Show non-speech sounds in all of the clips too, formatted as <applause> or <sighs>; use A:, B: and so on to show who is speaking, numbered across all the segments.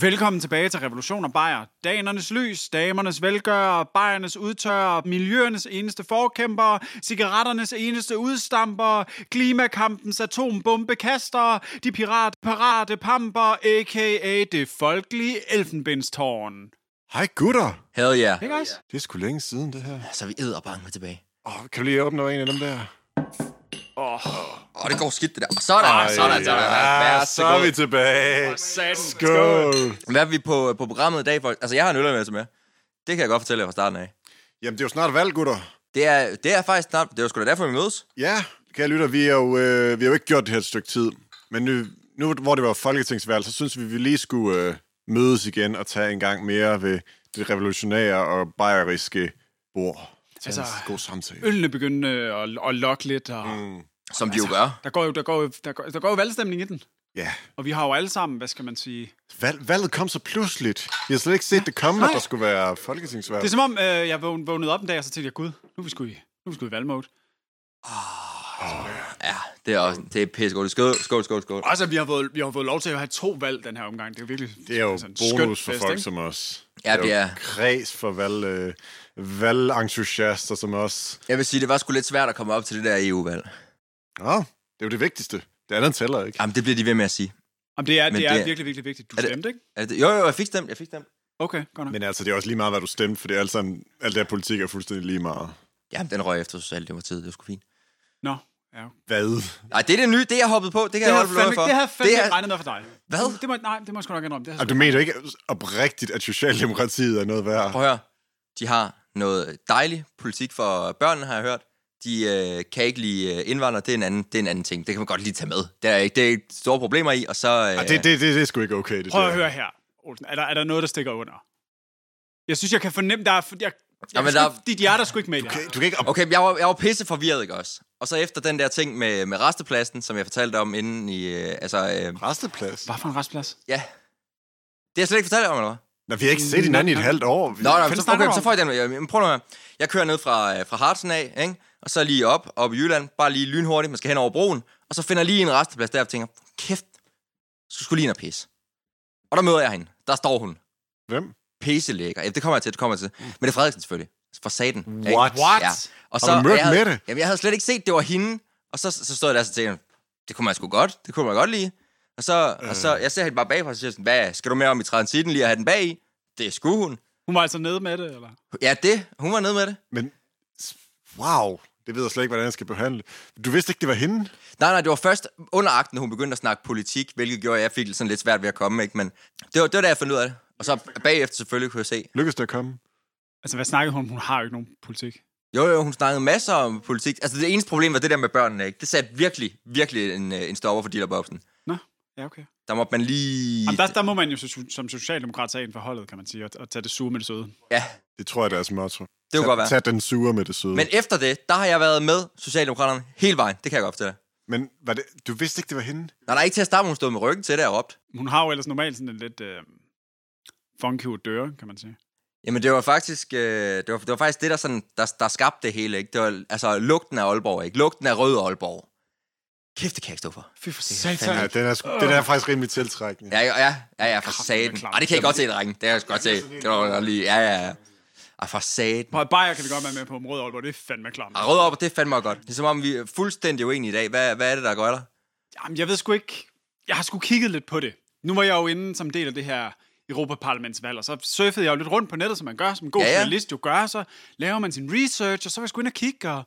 A: Velkommen tilbage til Revolution og Bayer. Danernes lys, damernes velgører, bajernes udtørrer, miljøernes eneste forkæmpere, cigaretternes eneste udstamper, klimakampens atombombekastere, de pirat parate pamper, a.k.a. det folkelige elfenbindstårn.
B: Hej gutter!
C: Hell yeah.
A: Hey guys?
B: Det er sgu længe siden, det her.
C: Så er Altså, vi æderbange med tilbage.
B: Åh, kan du lige åbne en af dem der?
C: Åh, det går skidt, det der. Sådan, Ej, Ah, sådan, altså. sådan. Ja,
B: så er vi tilbage. Skål!
C: Hvad er vi på, på programmet i dag, folk? Altså, jeg har en øllermasse med. Det kan jeg godt fortælle jer fra starten af.
B: Jamen, det er jo snart valg, gutter.
C: Det er, det er faktisk snart... Det er jo sgu da derfor, vi mødes.
B: Ja, kan jeg lytte, vi har jo, øh, vi har jo ikke gjort det her et stykke tid. Men nu, nu hvor det var folketingsvalg, så synes vi, vi lige skulle øh, mødes igen og tage en gang mere ved det revolutionære og bayeriske bord. Altså,
A: Altså,
B: en god samtale.
A: Ølene begyndte at, at lokke lidt, og mm.
C: Som de jo gør.
A: der, går jo, der, går jo, der, går, der går jo valgstemning i den.
B: Ja.
A: Og vi har jo alle sammen, hvad skal man sige...
B: Valg, valget kom så pludseligt. Vi har slet ikke set det komme, at
A: Nej.
B: der skulle være folketingsvalg.
A: Det er som om, øh, jeg vågn- vågnede op en dag, og så tænkte jeg, gud, nu er vi sgu i, nu er vi sgu i valgmode.
C: Ja, det er også... Det er pissegodt. Skål, skål, skål, skål.
A: Også at Altså, vi har, fået, vi har fået lov til at have to valg den her omgang. Det er jo virkelig
B: Det er jo
A: Altså en skøn
B: bonus for
A: fest,
B: folk
A: ikke?
B: som os.
C: Ja, det
B: jo
C: er-
B: kreds for valg, øh, valgentusiaster som os.
C: Jeg vil sige, det var sgu lidt svært at komme op til det der E EU-valg.
B: Ja, det er jo det vigtigste. Det andet tæller ikke.
C: Jamen, det bliver de ved med at sige.
A: Jamen, det er,
C: Men
A: det er
C: det er-
A: virkelig, virkelig vigtigt. Du
C: Er det-
A: stemte, ikke?
C: Er det, jo, jo, jeg fik stemt, jeg fik stemt.
A: Okay, godt nok.
B: Men altså, det er også lige meget, hvad du stemte, for det er alt, sammen, alt det her politik er fuldstændig lige meget.
C: Jamen, den røg efter Socialdemokratiet, det var sgu fint.
A: Nå, ja.
B: Hvad?
C: Nej, det er det nye, det er jeg hoppet på, det kan
A: Det
C: jeg
A: har
C: holde
A: fandme,
C: blod for.
A: det har fandme
C: Det
A: det
C: er-
A: er... regnet med for dig.
C: Hvad?
A: Det må, nej, det må jeg sgu nok indrømme. Det har
B: Og du mener ikke oprigtigt, at Socialdemokratiet er noget værd?
C: Prøv at høre. De har noget dejlig politik for børnene, har jeg hørt. De øh, kan ikke lide øh, indvandrere, det er, en anden, det er en anden ting. Det kan man godt lige tage med. Det er ikke det er ikke store problemer i, og så... Øh,
B: Ja, det, det, det, det er sgu ikke okay, det
A: Prøv
B: der.
A: at høre her, Olsen. Er der, er der noget, der stikker under? Jeg synes, jeg kan fornemme, der er... Jeg, jeg,
C: Jamen,
A: kan sgu
C: der er-
A: ikke- dit hjerte er sgu ikke med i det her.
B: Okay, Du kan ikke op...
C: Okay, men jeg var, jeg var pisse forvirret, ikke også? Og så efter den der ting med, med restepladsen, som jeg fortalte om inden i... Øh, altså, øh,
B: Resteplads?
A: Hvad for en restplads?
C: ja. Det har jeg slet ikke fortalt om, eller hvad?
B: Nå, vi har ikke set hinanden i et halvt år. Vi...
C: Nå, nej,
A: Fanden
C: så,
A: snakker
C: okay,
A: du
C: så
A: om?
C: får jeg den. Jeg, men prøv nu at høre. Jeg kører ned fra, øh, fra Hartsen af, ikke? og så lige op, op i Jylland, bare lige lynhurtigt, man skal hen over broen, og så finder jeg lige en resteplads der, og tænker, kæft, så skulle lige ind og pisse. Og der møder jeg hende. Der står hun.
B: Hvem?
C: Pisselækker. Ja, det kommer jeg til, det kommer jeg til. Men det er Frederiksen selvfølgelig. For satan. ikke?
B: What?
A: What?
C: Ja. Og
B: Har
C: så,
B: du mødt
C: og jeg havde,
B: Mette?
C: Jamen, jeg havde slet ikke set, det var hende. Og så, så stod jeg der og så tænkte, jeg, det kunne man sgu godt. Det kunne man godt lide. Og så, øh. og så jeg ser hende bare bagfra, og så siger jeg sådan, hvad, skal du med om i transitten lige at have den bag i? Det skulle hun.
A: Hun var altså nede med det, eller?
C: Ja, det. Hun var nede med det.
B: Men wow, det ved jeg slet ikke, hvordan jeg skal behandle. Du vidste ikke, det var hende?
C: Nej, nej, det var først under akten, hun begyndte at snakke politik, hvilket gjorde, at jeg fik det sådan lidt svært ved at komme, ikke? Men det var, det var da, jeg fandt ud af det. Og så bagefter selvfølgelig kunne jeg se.
B: Lykkedes det at komme?
A: Altså, hvad snakkede hun om? Hun har jo ikke nogen politik.
C: Jo, jo, hun snakkede masser om politik. Altså, det eneste problem var det der med børnene, ikke? Det satte virkelig, virkelig en, øh, en stopper for Dillerbobsen.
A: Nå, ja, okay.
C: Der måtte man lige...
A: Jamen, der, der må man jo so- som socialdemokrat tage en for holdet, kan man sige, og, og tage det sure med det søde.
C: Ja,
B: Det tror jeg, er deres motto.
C: det kunne godt være.
B: Tag den sure med det søde.
C: Men
B: Men,
C: efter det, der har jeg været med Socialdemokraterne hele vejen. Det kan jeg godt fortælle dig.
B: Men var det, du vidste ikke, det var hende?
C: Nej, der er ikke til at starte, hun stod med ryggen til det og råbte.
A: Hun har jo ellers normalt sådan en lidt øh, funky odør, kan man sige.
C: Jamen, det var faktisk, øh, det, var, det var faktisk det, der, sådan, der, der skabte det hele, ikke? Det var, altså, lugten af Aalborg, ikke? Lugten af rød Aalborg. Kæft, det kan jeg ikke stå for.
A: Fy for
B: Ja,
A: satan.
B: den er, sgu- den er faktisk rimelig tiltrækkende.
C: Ja, ja, ja, ja, ja for
A: det er
C: satan.
A: klart.
C: Ej, det kan jeg godt se, drenge. Det kan jeg godt se. Det var godt lige, ja, ja, ja. Ej, for satan.
A: På Bayer kan vi godt være med på området, Aalborg. Det er fandme klamt.
C: Ej, Rød op, det er fandme godt. Det er som om, vi er fuldstændig uenige i dag. Hvad, hvad er det, der gør der?
A: Jamen, jeg ved sgu ikke... Jeg har sgu kigget lidt på det. Nu var jeg jo inde som del af det her Europaparlamentsvalg, og så surfede jeg jo lidt rundt på nettet, som man gør, som en god
C: Ja, ja.
A: journalist jo gør, så laver man sin research, og så var jeg sgu inde og kigge, og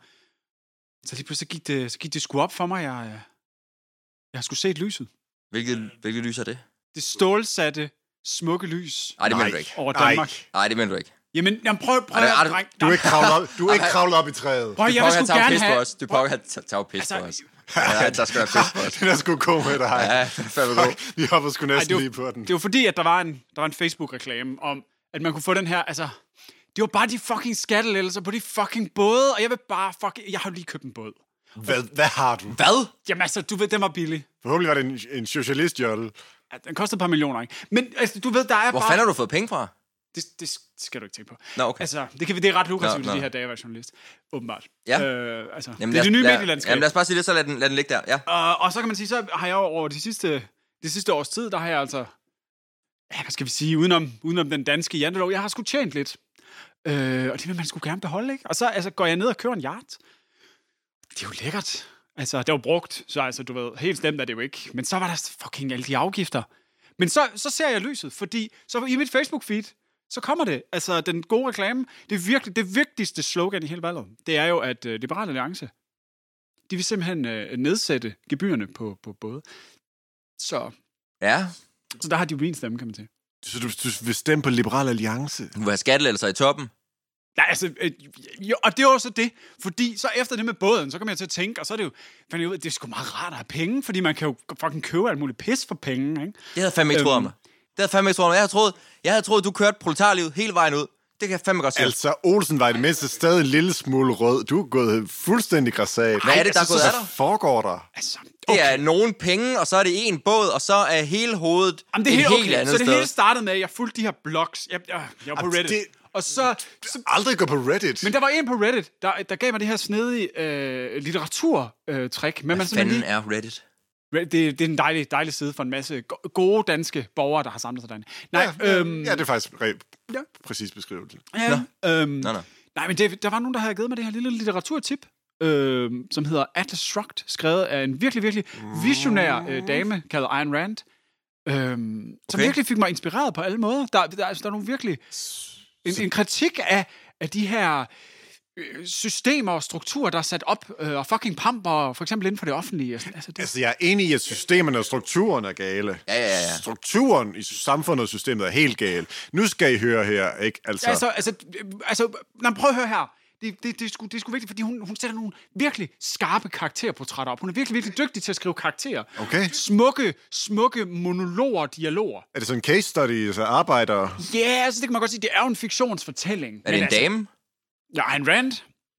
A: så lige pludselig gik det, så gik det sgu op for mig, jeg, øh, jeg skulle se et lyset.
C: Hvilket, hvilket lys er det?
A: Det stålsatte, smukke lys
C: Ej, det mener du ikke.
A: over
B: Nej.
A: Danmark.
C: Nej, det mener du ikke.
A: Jamen, jamen prøv, prøv,
C: Ej,
A: at-
C: ej,
A: dreng,
B: Du er ikke kravlet op, du er ikke
C: Ej, nej.
B: kravlet op i træet.
A: Prøv, at- jeg
C: Pokker,
A: vil
C: han
A: sgu
C: tager jo
A: gerne
C: pis på
A: have...
C: os. Du pokker, han tager- tager jo pis på
A: Altså,
C: os. Ja, der skal være pis på <laughs> os.
B: Den er sgu god med dig.
C: Ja, fandme god.
B: Vi hopper sgu
A: Ej,
B: næsten
A: det, var,
B: lige på den.
A: det var fordi, at der var en, der var en Facebook-reklame om, at man kunne få den her, altså... Det var bare de fucking skattelettelser på de fucking både, og jeg vil bare fucking... Jeg har jo lige købt en båd.
B: Hvad, hvad har du?
C: Hvad?
A: Jamen altså, du ved, den var billig.
B: Forhåbentlig var det en, en socialistjolle.
A: Ja, den kostede et par millioner, ikke? Men altså, du ved, der er
C: Hvor
A: bare...
C: fanden har du fået penge fra?
A: Det, det skal du ikke tænke på.
C: Nå, okay.
A: Altså, det, kan vi, det er ret lukrativt
C: Nå,
A: i de
C: nå.
A: her dage at være journalist. Åbenbart.
C: Ja.
A: Øh, altså,
C: Jamen,
A: det er
C: lad-
A: det nye
C: lad-
A: medielandskab.
C: Jamen, lad os bare sige det, så lad den, lad den ligge der. Ja.
A: Og, og så kan man sige, så har jeg over de sidste, de sidste års tid, der har jeg altså ja, hvad skal vi sige, udenom, udenom den danske jantelov, jeg har sgu tjent lidt. Øh, og det vil man sgu gerne beholde, ikke? Og så altså, går jeg ned og kører en yard. Det er jo lækkert. Altså, det var brugt, så altså, du ved, helt stemt er det jo ikke. Men så var der fucking alle de afgifter. Men så, så ser jeg lyset, fordi så i mit Facebook-feed, så kommer det. Altså, den gode reklame, det, er virkelig, det vigtigste slogan i hele valget, det er jo, at øh, Liberale Alliance, de vil simpelthen øh, nedsætte gebyrerne på, på både. Så,
C: Ja,
A: så der har de jo min stemme, kan man sige.
B: Så du, du vil stemme på Liberal Alliance?
C: du vil have skattelettelser i toppen.
A: Nej, altså, øh, jo, og det var jo så det, fordi så efter det med båden, så kom jeg til at tænke, og så er det jo, fandt jeg ud af, det er sgu meget rart at have penge, fordi man kan jo fucking købe alt muligt pis for penge, ikke?
C: Det havde jeg fandme ikke
A: Øhm.
C: troet om dig. Det havde jeg fandme ikke troet om dig. Jeg havde troet, jeg havde troet du kørte proletarlivet hele vejen ud. Det kan jeg fandme godt se.
B: Altså, Olsen var i det mindste stadig en lille smule rød. Du er gået fuldstændig græsat.
C: Hvad er det, der er gået af
B: Hvad
C: dig?
B: foregår der?
A: Altså, okay.
C: Det er nogen penge, og så er det en båd, og så er hele hovedet
A: Jamen, det er
C: et
A: helt,
C: helt
A: okay.
C: andet
A: så det
C: sted.
A: hele startede med, at jeg fulgte de her blogs. Jeg, jeg, jeg var på
B: Jamen,
A: Reddit.
B: det-
A: Og så, så...
B: Aldrig gå på Reddit.
A: Men der var en på Reddit, der, der gav mig det her snedige øh, litteraturtrick. Øh, men man simpelthen
C: Fanden
A: lige...
C: er Reddit.
A: Red- Det, det er en dejlig, dejlig side for en masse go- gode danske borgere, der har samlet sig derinde. Nej,
B: ja,
A: øhm,
B: ja, det er faktisk re-
A: Ja.
B: ja. præcis beskrivelse.
A: Ja. Øhm,
C: Nå, nå.
A: Nej, men det, der var nogen, der havde givet mig det her lille litteraturtip, øh, som hedder Atlas Shrugged, skrevet af en virkelig, virkelig visionær øh, dame, kaldet Ayn Rand, øh, som
C: Okay.
A: virkelig fik mig inspireret på alle måder. Der, der, altså, der er nogle virkelig... En, en kritik af, af de her øh, systemer og strukturer, der er sat op, øh, og fucking pamper, for eksempel inden for det offentlige. og sådan. Altså, det,
B: Altså, jeg er enig i, at systemerne og strukturen er gale.
C: Ja, ja, ja.
B: Strukturen i samfundet og systemet er helt gal. Nu skal I høre her, ikke? Altså,
A: Altså, altså, øh, altså nej, prøv at høre her. Det, det, det, er sgu, det er sgu vigtigt, fordi hun, hun sætter nogle virkelig skarpe karakterportrætter op. Hun er virkelig, virkelig dygtig til at skrive karakterer.
B: Okay.
A: Smukke, smukke monologer og dialoger.
B: er det sådan en case study, altså arbejder...
A: Ja, yeah, altså, det kan man godt sige, det er jo en fiktionsfortælling.
C: Er det en
A: altså,
C: dame?
A: Ja, Ayn Rand.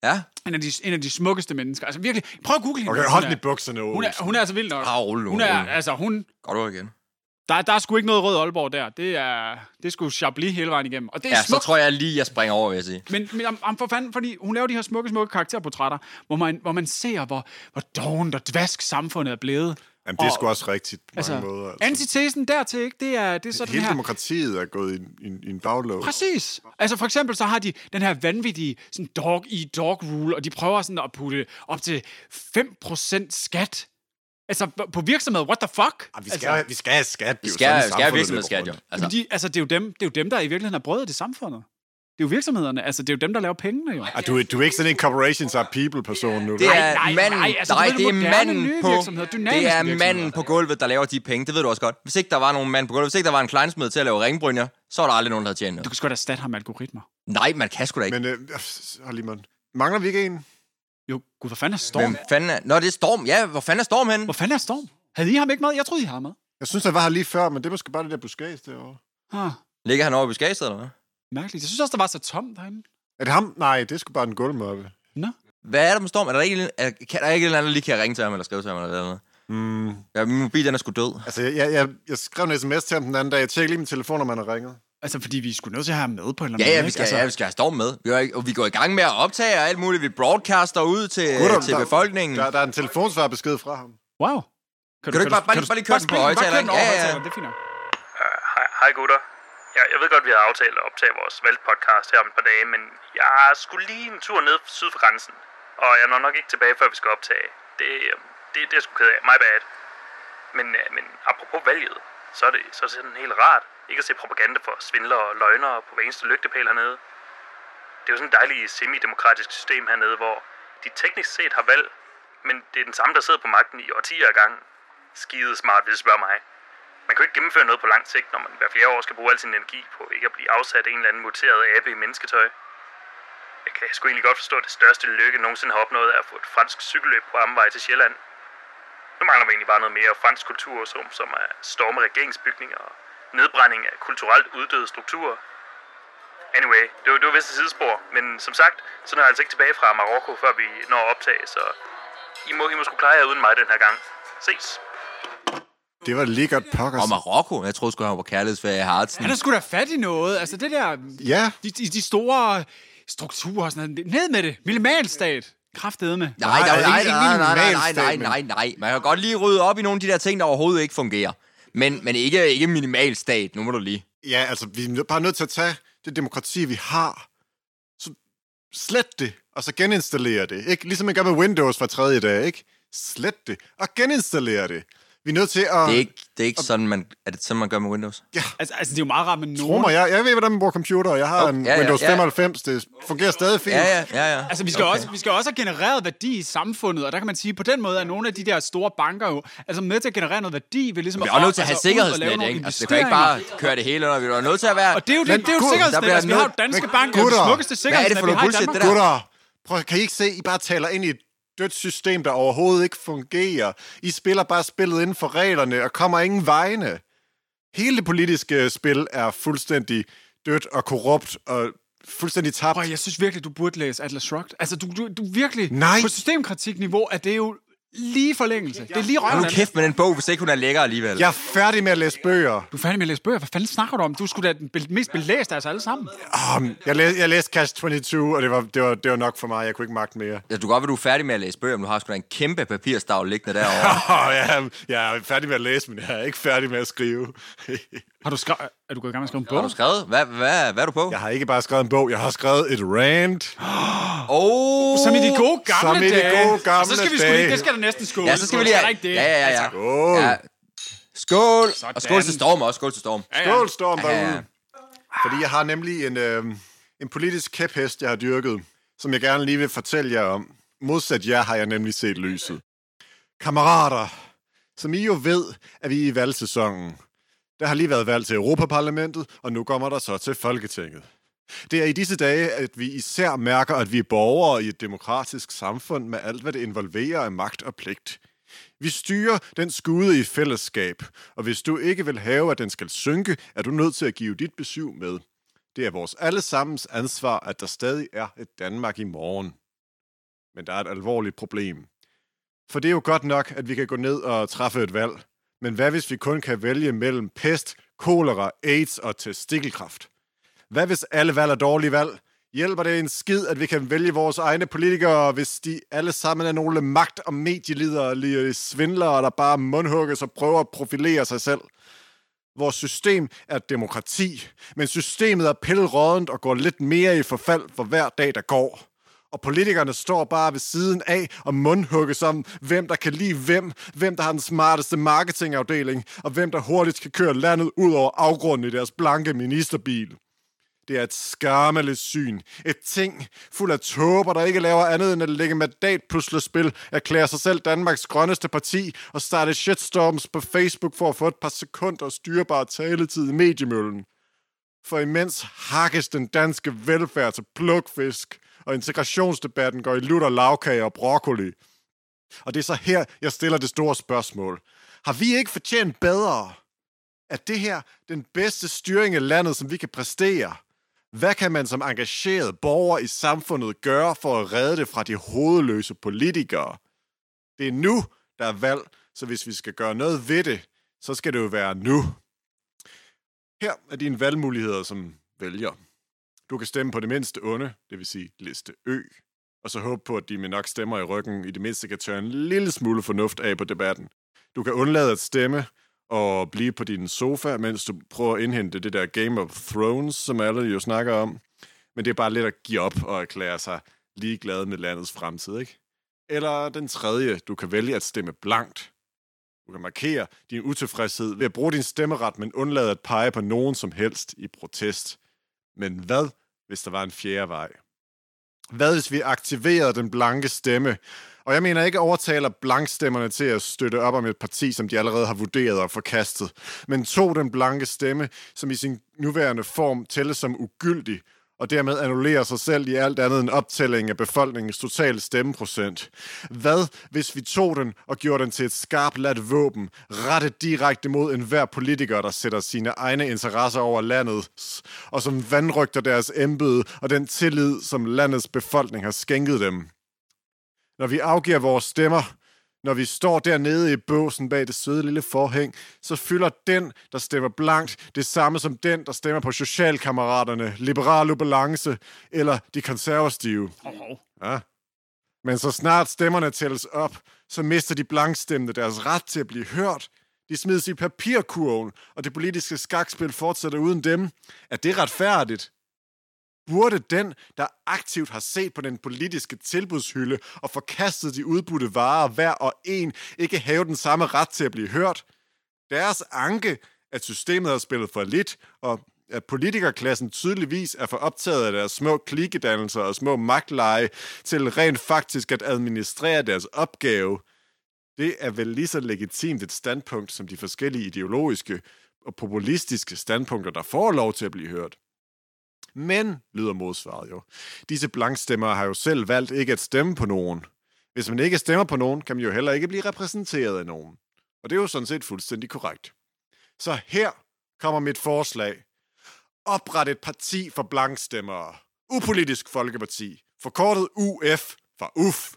C: Ja.
A: En af, de, en af de smukkeste mennesker. Altså virkelig, prøv at google hende.
B: Okay,
A: hvis
B: hold
A: hun
B: den i
A: er-
B: bukserne, Olsen.
A: Hun er, hun er altså vild nok.
C: Ah, rolig nu,
A: Hun er,
C: rolig nu.
A: altså hun...
C: Godt over igen.
A: Der, der er sgu ikke noget rød Aalborg der. Det er, det er sgu Chablis hele vejen igennem. Og det er
C: Ja, så
A: smukt.
C: tror jeg lige, jeg springer over, vil jeg sige.
A: Men, men am, am for fanden, fordi hun laver de her smukke, smukke karakterportrætter, hvor man, hvor man ser, hvor, hvor dovent og dvask samfundet er blevet.
B: Jamen, det er
A: Og-
B: sgu også rigtigt på mange
A: altså,
B: måder. Altså.
A: Antitesen dertil, ikke? Det er, det er så den
B: Hele
A: her...
B: demokratiet er gået i, en- i, en- i en baglov.
A: Præcis. Altså for eksempel så har de den her vanvittige sådan dog i dog rule, og de prøver sådan at putte op til 5% skat. Altså på- på virksomheder, what the fuck?
B: Ej, Vi
A: altså,
B: skal, altså, vi skal have skat.
C: Vi skal, vi skal have virksomhedsskat, jo.
A: Altså.
C: Altså,
A: De, altså, det, er jo dem, det er jo dem, der i virkeligheden har brødet i samfundet. Det er jo virksomhederne. Altså, det er jo dem, der laver pengene, jo.
B: Ah, du, er- du er ikke sådan en corporations are people-person nu.
C: det
B: vel?
C: er
A: nej,
C: manden,
A: nej, altså,
C: nej,
A: du ved,
C: det er
A: moderne, nye
C: manden på,
A: virksomheder, dynamiske
C: det er
A: virksomheder.
C: manden på gulvet, der laver de penge. Det ved du også godt. Hvis ikke der var nogen mand på gulvet, hvis ikke der var en kleinsmed til at lave ringbrynjer, så var der aldrig nogen, der havde tjent
A: Du
C: noget.
A: kan sgu da erstatte ham med algoritmer.
C: Nej, man kan sgu da ikke.
B: Men øh, s- hold lige, man. Mangler vi ikke en?
A: Jo, gud, hvor fanden er Storm?
C: Hvem fanden er... Nå, det er Storm. Ja, hvor fanden er Storm henne?
A: Hvor fanden er Storm? Havde I ham ikke med? Jeg troede, I havde ham med.
B: Jeg synes, han var her lige før, men det er måske bare det der buskæs derovre.
A: Ah,
C: Ligger han over i buskaget, eller hvad?
A: mærkeligt. Jeg synes også, der var så tomt derinde.
B: Er det ham? Nej, det er sgu bare en gulvmørke.
A: Nå.
C: Hvad er der med Storm? Er der ikke, er, kan der ikke en eller anden, der lige kan ringe til ham, eller skrive til ham, eller noget?
B: Mm.
C: Ja, min mobil, den er sgu død.
B: Altså, jeg, jeg, jeg, jeg skrev en sms til ham den anden dag. Jeg tjekkede lige min telefon, om han har ringet.
A: Altså, fordi vi skulle nødt til at have ham med på en eller anden
C: Ja, ja,
A: måde,
C: vi
A: ikke?
C: skal,
A: altså,
C: ja, vi skal have Storm med. Vi, er, ikke- og vi går i gang med at optage og alt muligt. Vi broadcaster ud til,
B: Gutter,
C: til
B: der-
C: befolkningen.
B: Der, der er en telefonsvarbesked fra ham.
A: Wow.
C: Kan du ikke bare- bare lige- bare lige køre den på
A: spille
C: højtaler,
A: Bare køre den
C: ikke?
A: over
C: Ja, ja.
A: højtaleren, det er fint nok.
D: Øh, Hej, hej gutter. Jeg, jeg ved godt, vi havde aftalt at optage vores valgpodcast her om et par dage, men jeg skulle lige en tur ned syd for grænsen, og jeg når nok ikke tilbage, før vi skal optage. Det, øh, det, det er jeg sgu ked af. My bad. Men, øh, men apropos valget, så er, det, så er det sådan helt rart ikke at se propaganda for svindler og løgnere på hver eneste lygtepæl hernede. Det er jo sådan et dejligt semidemokratisk system hernede, hvor de teknisk set har valg, men det er den samme, der sidder på magten i årtier af gangen. Skide smart, hvis du spørger mig. Man kan jo ikke gennemføre noget på lang sigt, når man hver fjerde år skal bruge al sin energi på ikke at blive afsat af en eller anden muteret abe i mennesketøj. Jeg kan sgu egentlig godt forstå, at det største lykke nogensinde har opnået er at få et fransk cykelløb på omvej til Sjælland. Nu mangler vi egentlig bare noget mere fransk kultur, som, som er storme af regeringsbygninger og nedbrænding af kulturelt uddøde strukturer. Anyway, det var, det var vist et sidespor, men som sagt, så når jeg altså ikke tilbage fra Marokko, før vi når at optage, så I må, I må sgu klare jer uden mig den her gang. Ses!
B: Det var lige godt pokkers.
C: Og Marokko. Jeg troede sgu, han var på kærlighedsferie i Hartsen.
A: Han er sgu da fat i noget. Altså, det der...
B: Ja,
A: De, de, de store strukturer og sådan noget. Ned med det. Minimalstat. Kraftedeme.
C: Nej, der,
B: Nej,
C: nej,
B: ikke-
C: nej,
B: ikke
C: nej, nej, nej, nej,
B: minimalstatement.
C: nej, nej. Man kan godt lige rydde op i nogle af de der ting, der overhovedet ikke fungerer. Men, men ikke, ikke minimal stat, nu må du lige.
B: Ja, altså, vi er bare nødt til at tage det demokrati, vi har, så slet det, og så geninstallere det. Ikke? Ligesom man gør med Windows for tredje dag, ikke? Slet det, og geninstallere det. Vi er nødt til at...
C: Det er ikke, det er ikke sådan, man, er det sådan, man gør med Windows?
A: Altså, altså det er jo meget rart med
B: Rummer,
A: nogen.
B: jeg, jeg ved, hvordan man bruger computer. Jeg har
C: Nå,
B: en
C: ja, ja,
B: Windows
C: ja, ja.
B: 95. Det fungerer stadig fint.
C: Ja, ja, ja. ja.
A: Altså, vi skal, okay. også, vi skal også have genereret værdi i samfundet, og der kan man sige, på den måde er nogle af de der store banker jo altså med til at generere noget værdi ved ligesom
C: Vi er også nødt til at have
A: altså, ud og
C: sikkerhedsnet,
A: lave nogle
C: ikke? Altså, det kan ikke bare køre det hele under. Vi er nødt til at være...
A: Og det er jo, det, det er jo
B: Gud,
A: et
B: der
A: sikkerhedsnet.
C: bliver
A: Altså, vi har jo
C: nødt-
A: Danske
B: Men
A: Bank, jo det
B: gutter,
A: smukkeste
C: Hvad er
A: sikkerhedsnet,
C: det for
A: vi
C: noget
A: har i Danmark.
C: bullshit, det der?
B: Gutter, prøv, kan I ikke se, I bare taler ind i et dødt system, der overhovedet ikke fungerer. I spiller bare spillet inden for reglerne og kommer ingen vegne. Hele det politiske spil er fuldstændig dødt og korrupt og fuldstændig tabt.
A: Prøv, jeg synes virkelig, du burde læse Atlas Shrugged. Altså, du, du, du virkelig...
B: Nej.
A: På systemkritikniveau er det jo lige forlængelse. Det er lige
C: Hold nu
A: røven.
C: kæft med den bog, hvis ikke hun er lækker alligevel.
B: Jeg er færdig med at læse bøger.
A: Du er færdig med at læse bøger. Hvad fanden snakker du om? Du skulle da den be- mest belæste af os alle sammen.
B: Um, jeg, læ- jeg læste Cash 22, og det var, det, var, det var nok for mig. Jeg kunne ikke magte mere.
C: Jeg tror godt, at du er færdig med at læse bøger, men du har sgu da en kæmpe papirstavl liggende derovre.
B: Oh, jeg, jeg er færdig med at læse, men jeg er ikke færdig med at skrive.
A: Har du skrevet... Er du gået i gang med at skrive en
C: Har
A: bog?
C: du skrevet? Hvad, hvad, hvad er du
B: <laughs>
C: på?
B: jeg har ikke bare skrevet en bog, jeg har skrevet et rant.
C: Oh,
A: Som i de gode gamle
B: Som i de
A: dage.
B: gode gamle
A: Og så skal vi sgu
B: dage.
A: lige... Det skal der næsten skåle.
C: Ja, så skal vi lige...
A: Skal der ikke det?
C: Ja, ja, ja.
A: Altså,
B: Skål.
C: ja. Skål! Og skål til
A: Sådan.
C: Storm også, skål til Storm.
B: Skål, Storm,
C: Ja, ja, ja.
B: derude. Fordi jeg har nemlig en, øh, en politisk kæphest, jeg har dyrket, som jeg gerne lige vil fortælle jer om. Modsat jer har jeg nemlig set lyset. Kammerater, som I jo ved, at vi er i valgsæsonen. Der har lige været valg til Europaparlamentet, og nu kommer der så til Folketinget. Det er i disse dage, at vi især mærker, at vi er borgere i et demokratisk samfund med alt, hvad det involverer af magt og pligt. Vi styrer den skude i fællesskab, og hvis du ikke vil have, at den skal synke, er du nødt til at give dit besøg med. Det er vores allesammens ansvar, at der stadig er et Danmark i morgen. Men der er et alvorligt problem. For det er jo godt nok, at vi kan gå ned og træffe et valg. Men hvad hvis vi kun kan vælge mellem pest, kolera, aids og testikelkræft? Hvad hvis alle valg er dårlige valg? Hjælper det en skid, at vi kan vælge vores egne politikere, hvis de alle sammen er nogle magt- og medieledere, lige svindlere, der bare mundhugges og prøver at profilere sig selv? Vores system er et demokrati, men systemet er pillerådent og går lidt mere i forfald for hver dag, der går. Og politikerne står bare ved siden af og mundhugges om, hvem der kan lide hvem, hvem der har den smarteste marketingafdeling, og hvem der hurtigst kan køre landet ud over afgrunden i deres blanke ministerbil. Det er et skammeligt syn. Et ting fuld af tåber, der ikke laver andet end at lægge mandatpuslespil, erklære sig selv Danmarks grønneste parti og starte shitstorms på Facebook for at få et par sekunder styrbar taletid i mediemøllen. For imens hakkes den danske velfærd til plukfisk, og integrationsdebatten går i lutter lavkage og broccoli. Og det er så her, jeg stiller det store spørgsmål. Har vi ikke fortjent bedre? Er det her den bedste styring af landet, som vi kan præstere? Hvad kan man som engageret borger i samfundet gøre for at redde det fra de hovedløse politikere? Det er nu, der er valg, så hvis vi skal gøre noget ved det, så skal det jo være nu. Her er dine valgmuligheder som vælger. Du kan stemme på det mindste onde, det vil sige liste Ø, og så håbe på, at de med nok stemmer i ryggen i det mindste kan tørre en lille smule fornuft af på debatten. Du kan undlade at stemme og blive på din sofa, mens du prøver at indhente det der Game of Thrones, som alle jo snakker om. Men det er bare lidt at give op og erklære sig ligeglad med landets fremtid, ikke? Eller den tredje, du kan vælge at stemme blankt. Du kan markere din utilfredshed ved at bruge din stemmeret, men undlade at pege på nogen som helst i protest. Men hvad, hvis der var en fjerde vej? Hvad hvis vi aktiverede den blanke stemme? Og jeg mener ikke overtaler blankstemmerne til at støtte op om et parti, som de allerede har vurderet og forkastet, men tog den blanke stemme, som i sin nuværende form tælles som ugyldig, og dermed annullerer sig selv i alt andet end optælling af befolkningens totale stemmeprocent. Hvad hvis vi tog den og gjorde den til et skarpladt våben, rettet direkte mod enhver politiker, der sætter sine egne interesser over landets, og som vandrygter deres embede og den tillid, som landets befolkning har skænket dem? Når vi afgiver vores stemmer, når vi står dernede i båsen bag det søde lille forhæng, så fylder den, der stemmer blankt, det samme som den, der stemmer på Socialkammeraterne, Liberal Ubalance eller de konservative.
A: Hov, hov.
B: Ja. Men så snart stemmerne tælles op, så mister de blankstemmende deres ret til at blive hørt. De smides i papirkurven, og det politiske skakspil fortsætter uden dem. Er det retfærdigt? Burde den, der aktivt har set på den politiske tilbudshylde og forkastet de udbudte varer hver og en, ikke have den samme ret til at blive hørt? Deres anke, at systemet har spillet for lidt, og at politikerklassen tydeligvis er for optaget af deres små klikedannelser og små magtleje til rent faktisk at administrere deres opgave, det er vel lige så legitimt et standpunkt som de forskellige ideologiske og populistiske standpunkter, der får lov til at blive hørt. Men, lyder modsvaret jo, disse blankstemmer har jo selv valgt ikke at stemme på nogen. Hvis man ikke stemmer på nogen, kan man jo heller ikke blive repræsenteret af nogen. Og det er jo sådan set fuldstændig korrekt. Så her kommer mit forslag. Opret et parti for blankstemmere. Upolitisk Folkeparti. Forkortet UF fra UF.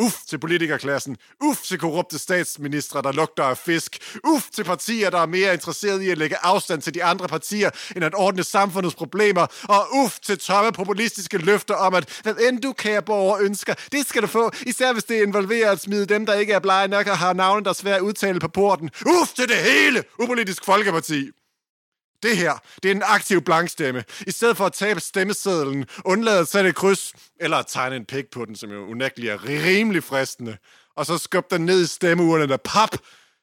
B: Uff til politikerklassen. Uff til korrupte statsministre, der lugter af fisk. Uff til partier, der er mere interesseret i at lægge afstand til de andre partier, end at ordne samfundets problemer. Og uff til tomme populistiske løfter om, at hvad end du, kære borger, ønsker, det skal du få, især hvis det involverer at smide dem, der ikke er blege nok og har navne, der er svære at udtale på porten. Uff til det hele! Upolitisk Folkeparti! Det her, det er en aktiv blankstemme. I stedet for at tabe stemmesedlen, undlade at sætte et kryds, eller at tegne en pik på den, som jo unægteligt er rimelig fristende, og så skub den ned i stemmeurnerne der pap,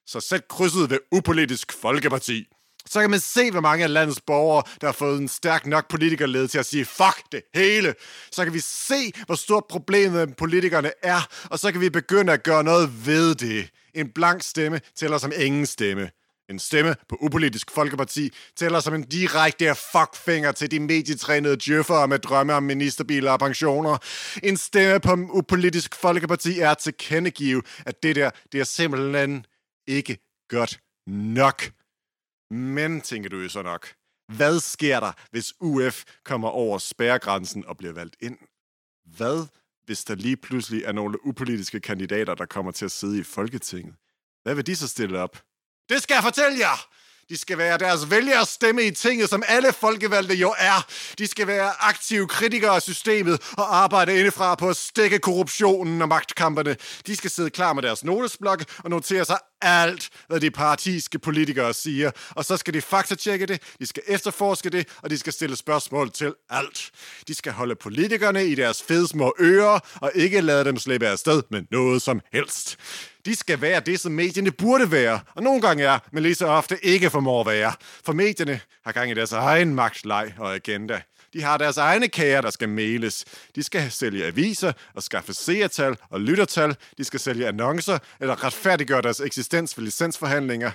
B: så sæt krydset ved upolitisk folkeparti. Så kan man se, hvor mange af landets borgere, der har fået en stærk nok politikerled til at sige, fuck det hele. Så kan vi se, hvor stort problemet med politikerne er, og så kan vi begynde at gøre noget ved det. En blank stemme tæller som ingen stemme. En stemme på upolitisk folkeparti tæller som en direkte fuckfinger til de medietrænede djøffere med drømme om ministerbiler og pensioner. En stemme på upolitisk folkeparti er at tilkendegive, at det der, det er simpelthen ikke godt nok. Men, tænker du jo så nok, hvad sker der, hvis UF kommer over spærregrænsen og bliver valgt ind? Hvad, hvis der lige pludselig er nogle upolitiske kandidater, der kommer til at sidde i Folketinget? Hvad vil de så stille op? Det skal jeg fortælle jer! De skal være deres vælgers stemme i tinget, som alle folkevalgte jo er. De skal være aktive kritikere af systemet og arbejde indefra på at stikke korruptionen og magtkamperne. De skal sidde klar med deres notesblok og notere sig alt, hvad de partiske politikere siger. Og så skal de faktatjekke det, de skal efterforske det, og de skal stille spørgsmål til alt. De skal holde politikerne i deres fede små ører og ikke lade dem slippe afsted med noget som helst. De skal være det, som medierne burde være, og nogle gange er, men lige så ofte ikke formår at være. For medierne har gang i deres egen magtleg og agenda. De har deres egne kager, der skal mailes. De skal sælge aviser og skaffe seertal og lyttertal. De skal sælge annoncer eller retfærdiggøre deres eksistens ved licensforhandlinger.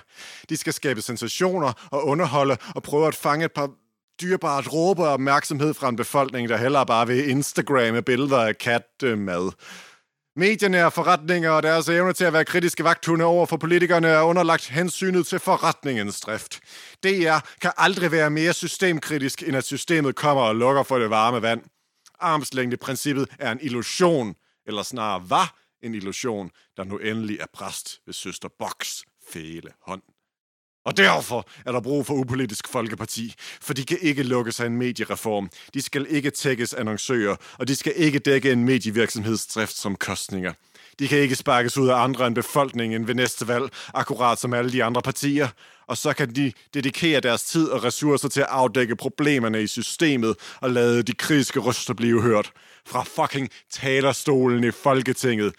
B: De skal skabe sensationer og underholde og prøve at fange et par dyrbart råber og opmærksomhed fra en befolkning, der hellere bare vil instagramme billeder af kattemad. Medierne er forretninger, og deres evne til at være kritiske vagthunde over for politikerne er underlagt hensynet til forretningens drift. DR kan aldrig være mere systemkritisk, end at systemet kommer og lukker for det varme vand. Armslængdeprincippet er en illusion, eller snarere var en illusion, der nu endelig er præst ved søster Boks fæle hånd. Og derfor er der brug for upolitisk folkeparti, for de kan ikke lukke sig en mediereform, de skal ikke tækkes annoncører, og de skal ikke dække en medievirksomhedsdrift som kostninger. De kan ikke sparkes ud af andre end befolkningen ved næste valg, akkurat som alle de andre partier, og så kan de dedikere deres tid og ressourcer til at afdække problemerne i systemet og lade de kritiske røster blive hørt fra fucking talerstolen i Folketinget.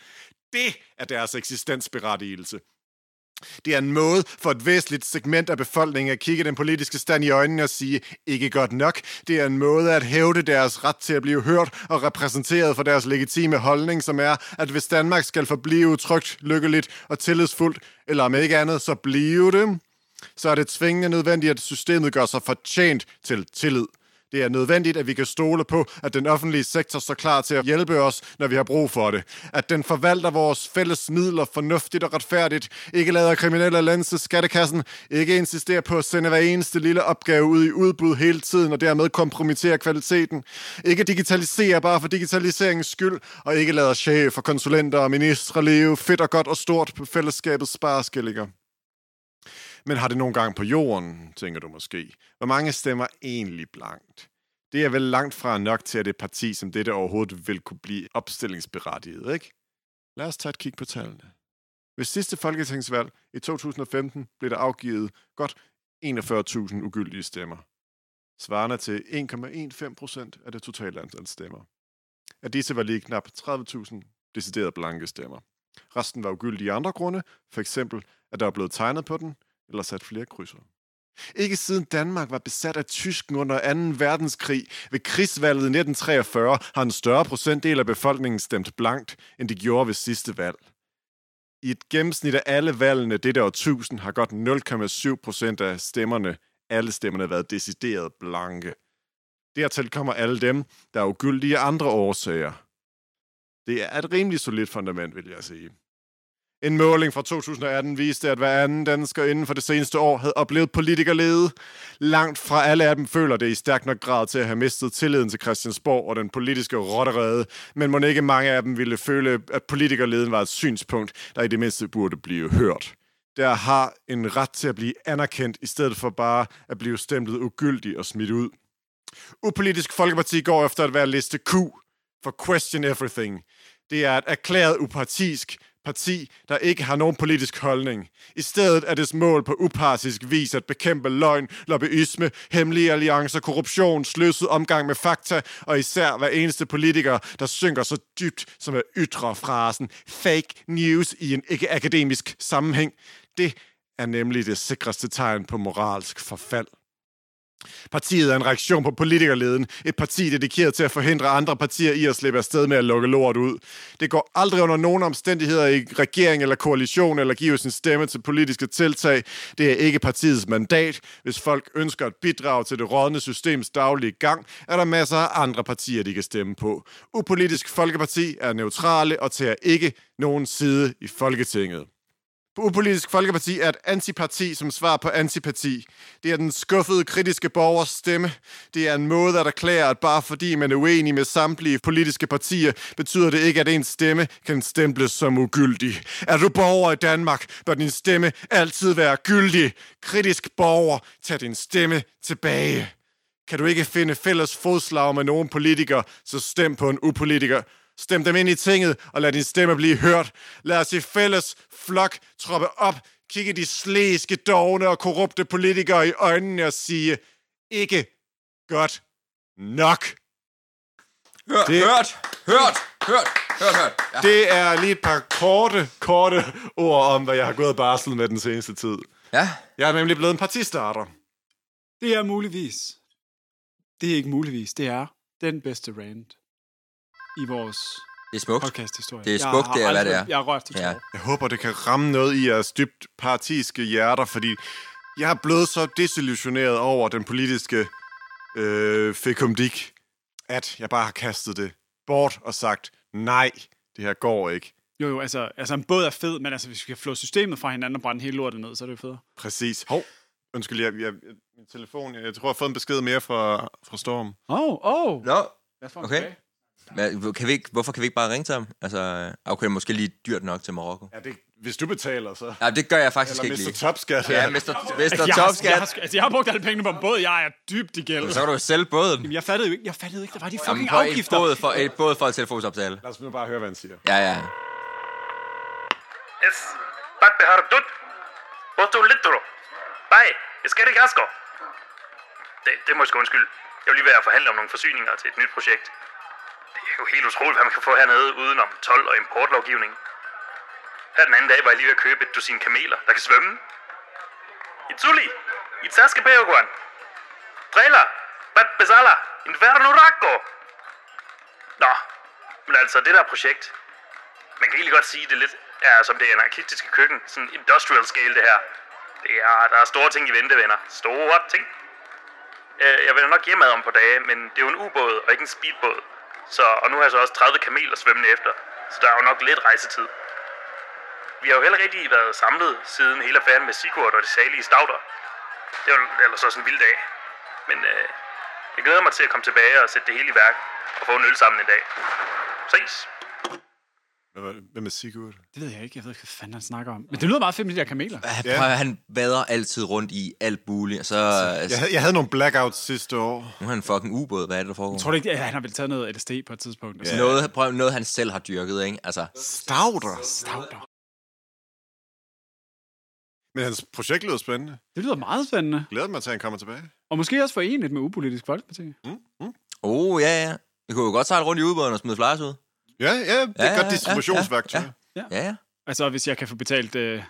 B: Det er deres eksistensberettigelse. Det er en måde for et væsentligt segment af befolkningen at kigge den politiske stand i øjnene og sige, ikke godt nok. Det er en måde at hævde deres ret til at blive hørt og repræsenteret for deres legitime holdning, som er, at hvis Danmark skal forblive trygt, lykkeligt og tillidsfuldt, eller om ikke andet, så blive det, så er det tvingende nødvendigt, at systemet gør sig fortjent til tillid. Det er nødvendigt, at vi kan stole på, at den offentlige sektor står klar til at hjælpe os, når vi har brug for det. At den forvalter vores fælles midler fornuftigt og retfærdigt, ikke lader kriminelle lande til skattekassen, ikke insisterer på at sende hver eneste lille opgave ud i udbud hele tiden og dermed kompromitterer kvaliteten, ikke digitaliserer bare for digitaliseringens skyld, og ikke lader chefer, konsulenter og ministre leve fedt og godt og stort på fællesskabets spareskillinger. Men har det nogle gange på jorden, tænker du måske. Hvor mange stemmer egentlig blankt? Det er vel langt fra nok til, at et parti som dette overhovedet vil kunne blive opstillingsberettiget, ikke? Lad os tage et kig på tallene. Ved sidste folketingsvalg i 2015 blev der afgivet godt 41.000 ugyldige stemmer. Svarende til 1,15 procent af det totale antal stemmer. Af disse var lige knap 30.000 deciderede blanke stemmer. Resten var ugyldige af andre grunde, for eksempel at der var blevet tegnet på den, eller sat flere krydser. Ikke siden Danmark var besat af tysken under 2. verdenskrig ved krigsvalget i 1943 har en større procentdel af befolkningen stemt blankt, end de gjorde ved sidste valg. I et gennemsnit af alle valgene dette årtusind har godt 0,7 procent af stemmerne, alle stemmerne, været decideret blanke. Dertil kommer alle dem, der er ugyldige af andre årsager. Det er et rimelig solidt fundament, vil jeg sige. En måling fra 2018 viste, at hver anden dansker inden for det seneste år havde oplevet politikerlede. Langt fra alle af dem føler det i stærk nok grad til at have mistet tilliden til Christiansborg og den politiske rotterede, men må ikke mange af dem ville føle, at politikerleden var et synspunkt, der i det mindste burde blive hørt. Der har en ret til at blive anerkendt, i stedet for bare at blive stemplet ugyldig og smidt ud. Upolitisk Folkeparti går efter at være liste Q for Question Everything. Det er et erklæret upartisk parti, der ikke har nogen politisk holdning. I stedet er dets mål på upartisk vis at bekæmpe løgn, lobbyisme, hemmelige alliancer, korruption, sløset omgang med fakta, og især hver eneste politiker, der synker så dybt som at ytre frasen fake news i en ikke-akademisk sammenhæng. Det er nemlig det sikreste tegn på moralsk forfald. Partiet er en reaktion på politikerleden. Et parti dedikeret til at forhindre andre partier i at slippe afsted med at lukke lort ud. Det går aldrig under nogen omstændigheder i regering eller koalition eller give sin stemme til politiske tiltag. Det er ikke partiets mandat. Hvis folk ønsker at bidrage til det rådne systems daglige gang, er der masser af andre partier, de kan stemme på. Upolitisk Folkeparti er neutrale og tager ikke nogen side i Folketinget. Upolitisk Folkeparti er et antiparti som svar på antipati. Det er den skuffede, kritiske borgers stemme. Det er en måde at erklære, at bare fordi man er uenig med samtlige politiske partier, betyder det ikke, at ens stemme kan stemples som ugyldig. Er du borger i Danmark, bør din stemme altid være gyldig. Kritisk borger, tag din stemme tilbage. Kan du ikke finde fælles fodslag med nogen politiker, så stem på en upolitiker. Stem dem ind i tinget, og lad din stemme blive hørt. Lad os i fælles flok troppe op, kigge de slæske, dogne og korrupte politikere i øjnene og sige, ikke godt nok.
C: Hørt,
B: Det-
C: hørt, hørt, hørt, hørt, hørt. Ja.
B: Det er lige et par korte, korte ord om, hvad jeg har gået og barslet med den seneste tid.
C: ja.
B: Jeg er nemlig blevet en partistarter.
A: Det er muligvis. Det er ikke muligvis. Det er den bedste rant i vores
C: Det er smukt.
A: podcasthistorie.
C: Det er
A: Jeg
C: smukt,
A: har
C: det er, hvad
A: aldrig-
C: det er.
A: Jeg har rørt til
C: Ja.
A: ja.
B: Jeg håber, det kan ramme noget i jeres dybt partiske hjerter, fordi jeg er blevet så desillusioneret over den politiske øh, fekumdik, at jeg bare har kastet det bort og sagt, nej, det her går ikke.
A: Jo, jo, altså, altså en båd er fed, men altså, hvis vi kan flå systemet fra hinanden og brænde hele lortet ned, så er det jo federe.
B: Præcis. Hov. Undskyld, jeg, jeg, jeg- min telefon, jeg, jeg tror, jeg har fået en besked mere fra, fra Storm.
A: Åh, oh, åh. Oh.
C: Nå,
A: Lad os få ham
C: okay.
A: tilbage.
C: Men Kan vi ikke, hvorfor kan vi ikke bare ringe til ham? Altså, øh, okay, måske lige dyrt nok til Marokko.
B: Ja, det, hvis du betaler, så.
C: Ja, det gør jeg faktisk
B: Eller
C: ikke
B: Mr.
C: lige.
B: Topskat.
C: Ja, Mr. Mr.
A: Jeg har, jeg,
C: Topskat.
A: har, altså, jeg har brugt alle pengene på en båd. Jeg er dybt i gæld.
C: Så kan du jo sælge båden.
A: Jeg fattede jo ikke, jeg fattede ikke, der var de
C: Jamen,
A: fucking
C: på et
A: afgifter.
C: båd for, et båd for et telefonsoptale.
B: Lad os nu bare høre, hvad han siger.
C: Ja, ja.
D: Yes. Bak beharabdut. Botu litro. Bye. Jeg skal ikke asker. Det, det må jeg sgu undskylde. Jeg vil lige være at forhandle om nogle forsyninger til et nyt projekt. Det er jo helt utroligt, hvad man kan få hernede udenom told og importlovgivning. Her den anden dag var jeg lige ved at købe et dusin kameler, der kan svømme. I Tuli! I Taske Beoguan! Trailer! Bat Bezala! Inverno Racco! Nå, men altså det der projekt, man kan egentlig godt sige, det lidt er som det anarkistiske køkken. Sådan industrial scale, det her. Det er, der er store ting i vente, venner. Store ting. Øh, Jeg vender nok hjemad om på dage, men det er jo en ubåd og ikke en speedbåd. Så, og nu har jeg så også 30 kameler svømmende efter, så der er jo nok lidt rejsetid. Vi har jo heller ikke rigtig været samlet siden hele affæren med Sigurd og de salige stauder. Det var ellers også en vild dag. Men øh, jeg glæder mig til at komme tilbage og sætte det hele i værk og få en øl sammen en dag. Ses!
B: Hvad var det? Hvem er Sigurd?
A: Det ved jeg ikke, jeg ved ikke, hvad fanden han snakker om. Men det lyder meget fedt med de der kameler.
C: Han,
B: Ja.
C: prøver, han vader altid rundt i alt muligt, og så altså,
B: Jeg, havde- jeg havde nogle blackouts sidste år.
C: nu er han fucking ubåd. Hvad er det, der foregår?
A: Tror du ikke, at han har vel taget noget LSD på et tidspunkt? Og sådan
C: Noget, prøv, noget, han selv har dyrket, ikke? Altså,
B: Stauder.
A: Stauder.
B: Men hans projekt lyder spændende.
A: Det lyder meget spændende.
B: Glæder mig til, at han kommer tilbage.
A: Og måske også forenet med Upolitisk Folkeparti.
C: Mm, Oh, ja, ja. Vi kunne jo godt sejle rundt i ubåden og smide flyers ud.
B: Ja, ja, det er
C: Ja,
B: et
C: ja,
B: godt distributionsværktøj.
C: ja, ja. Ja, ja.
A: Altså, hvis jeg kan få betalt øh,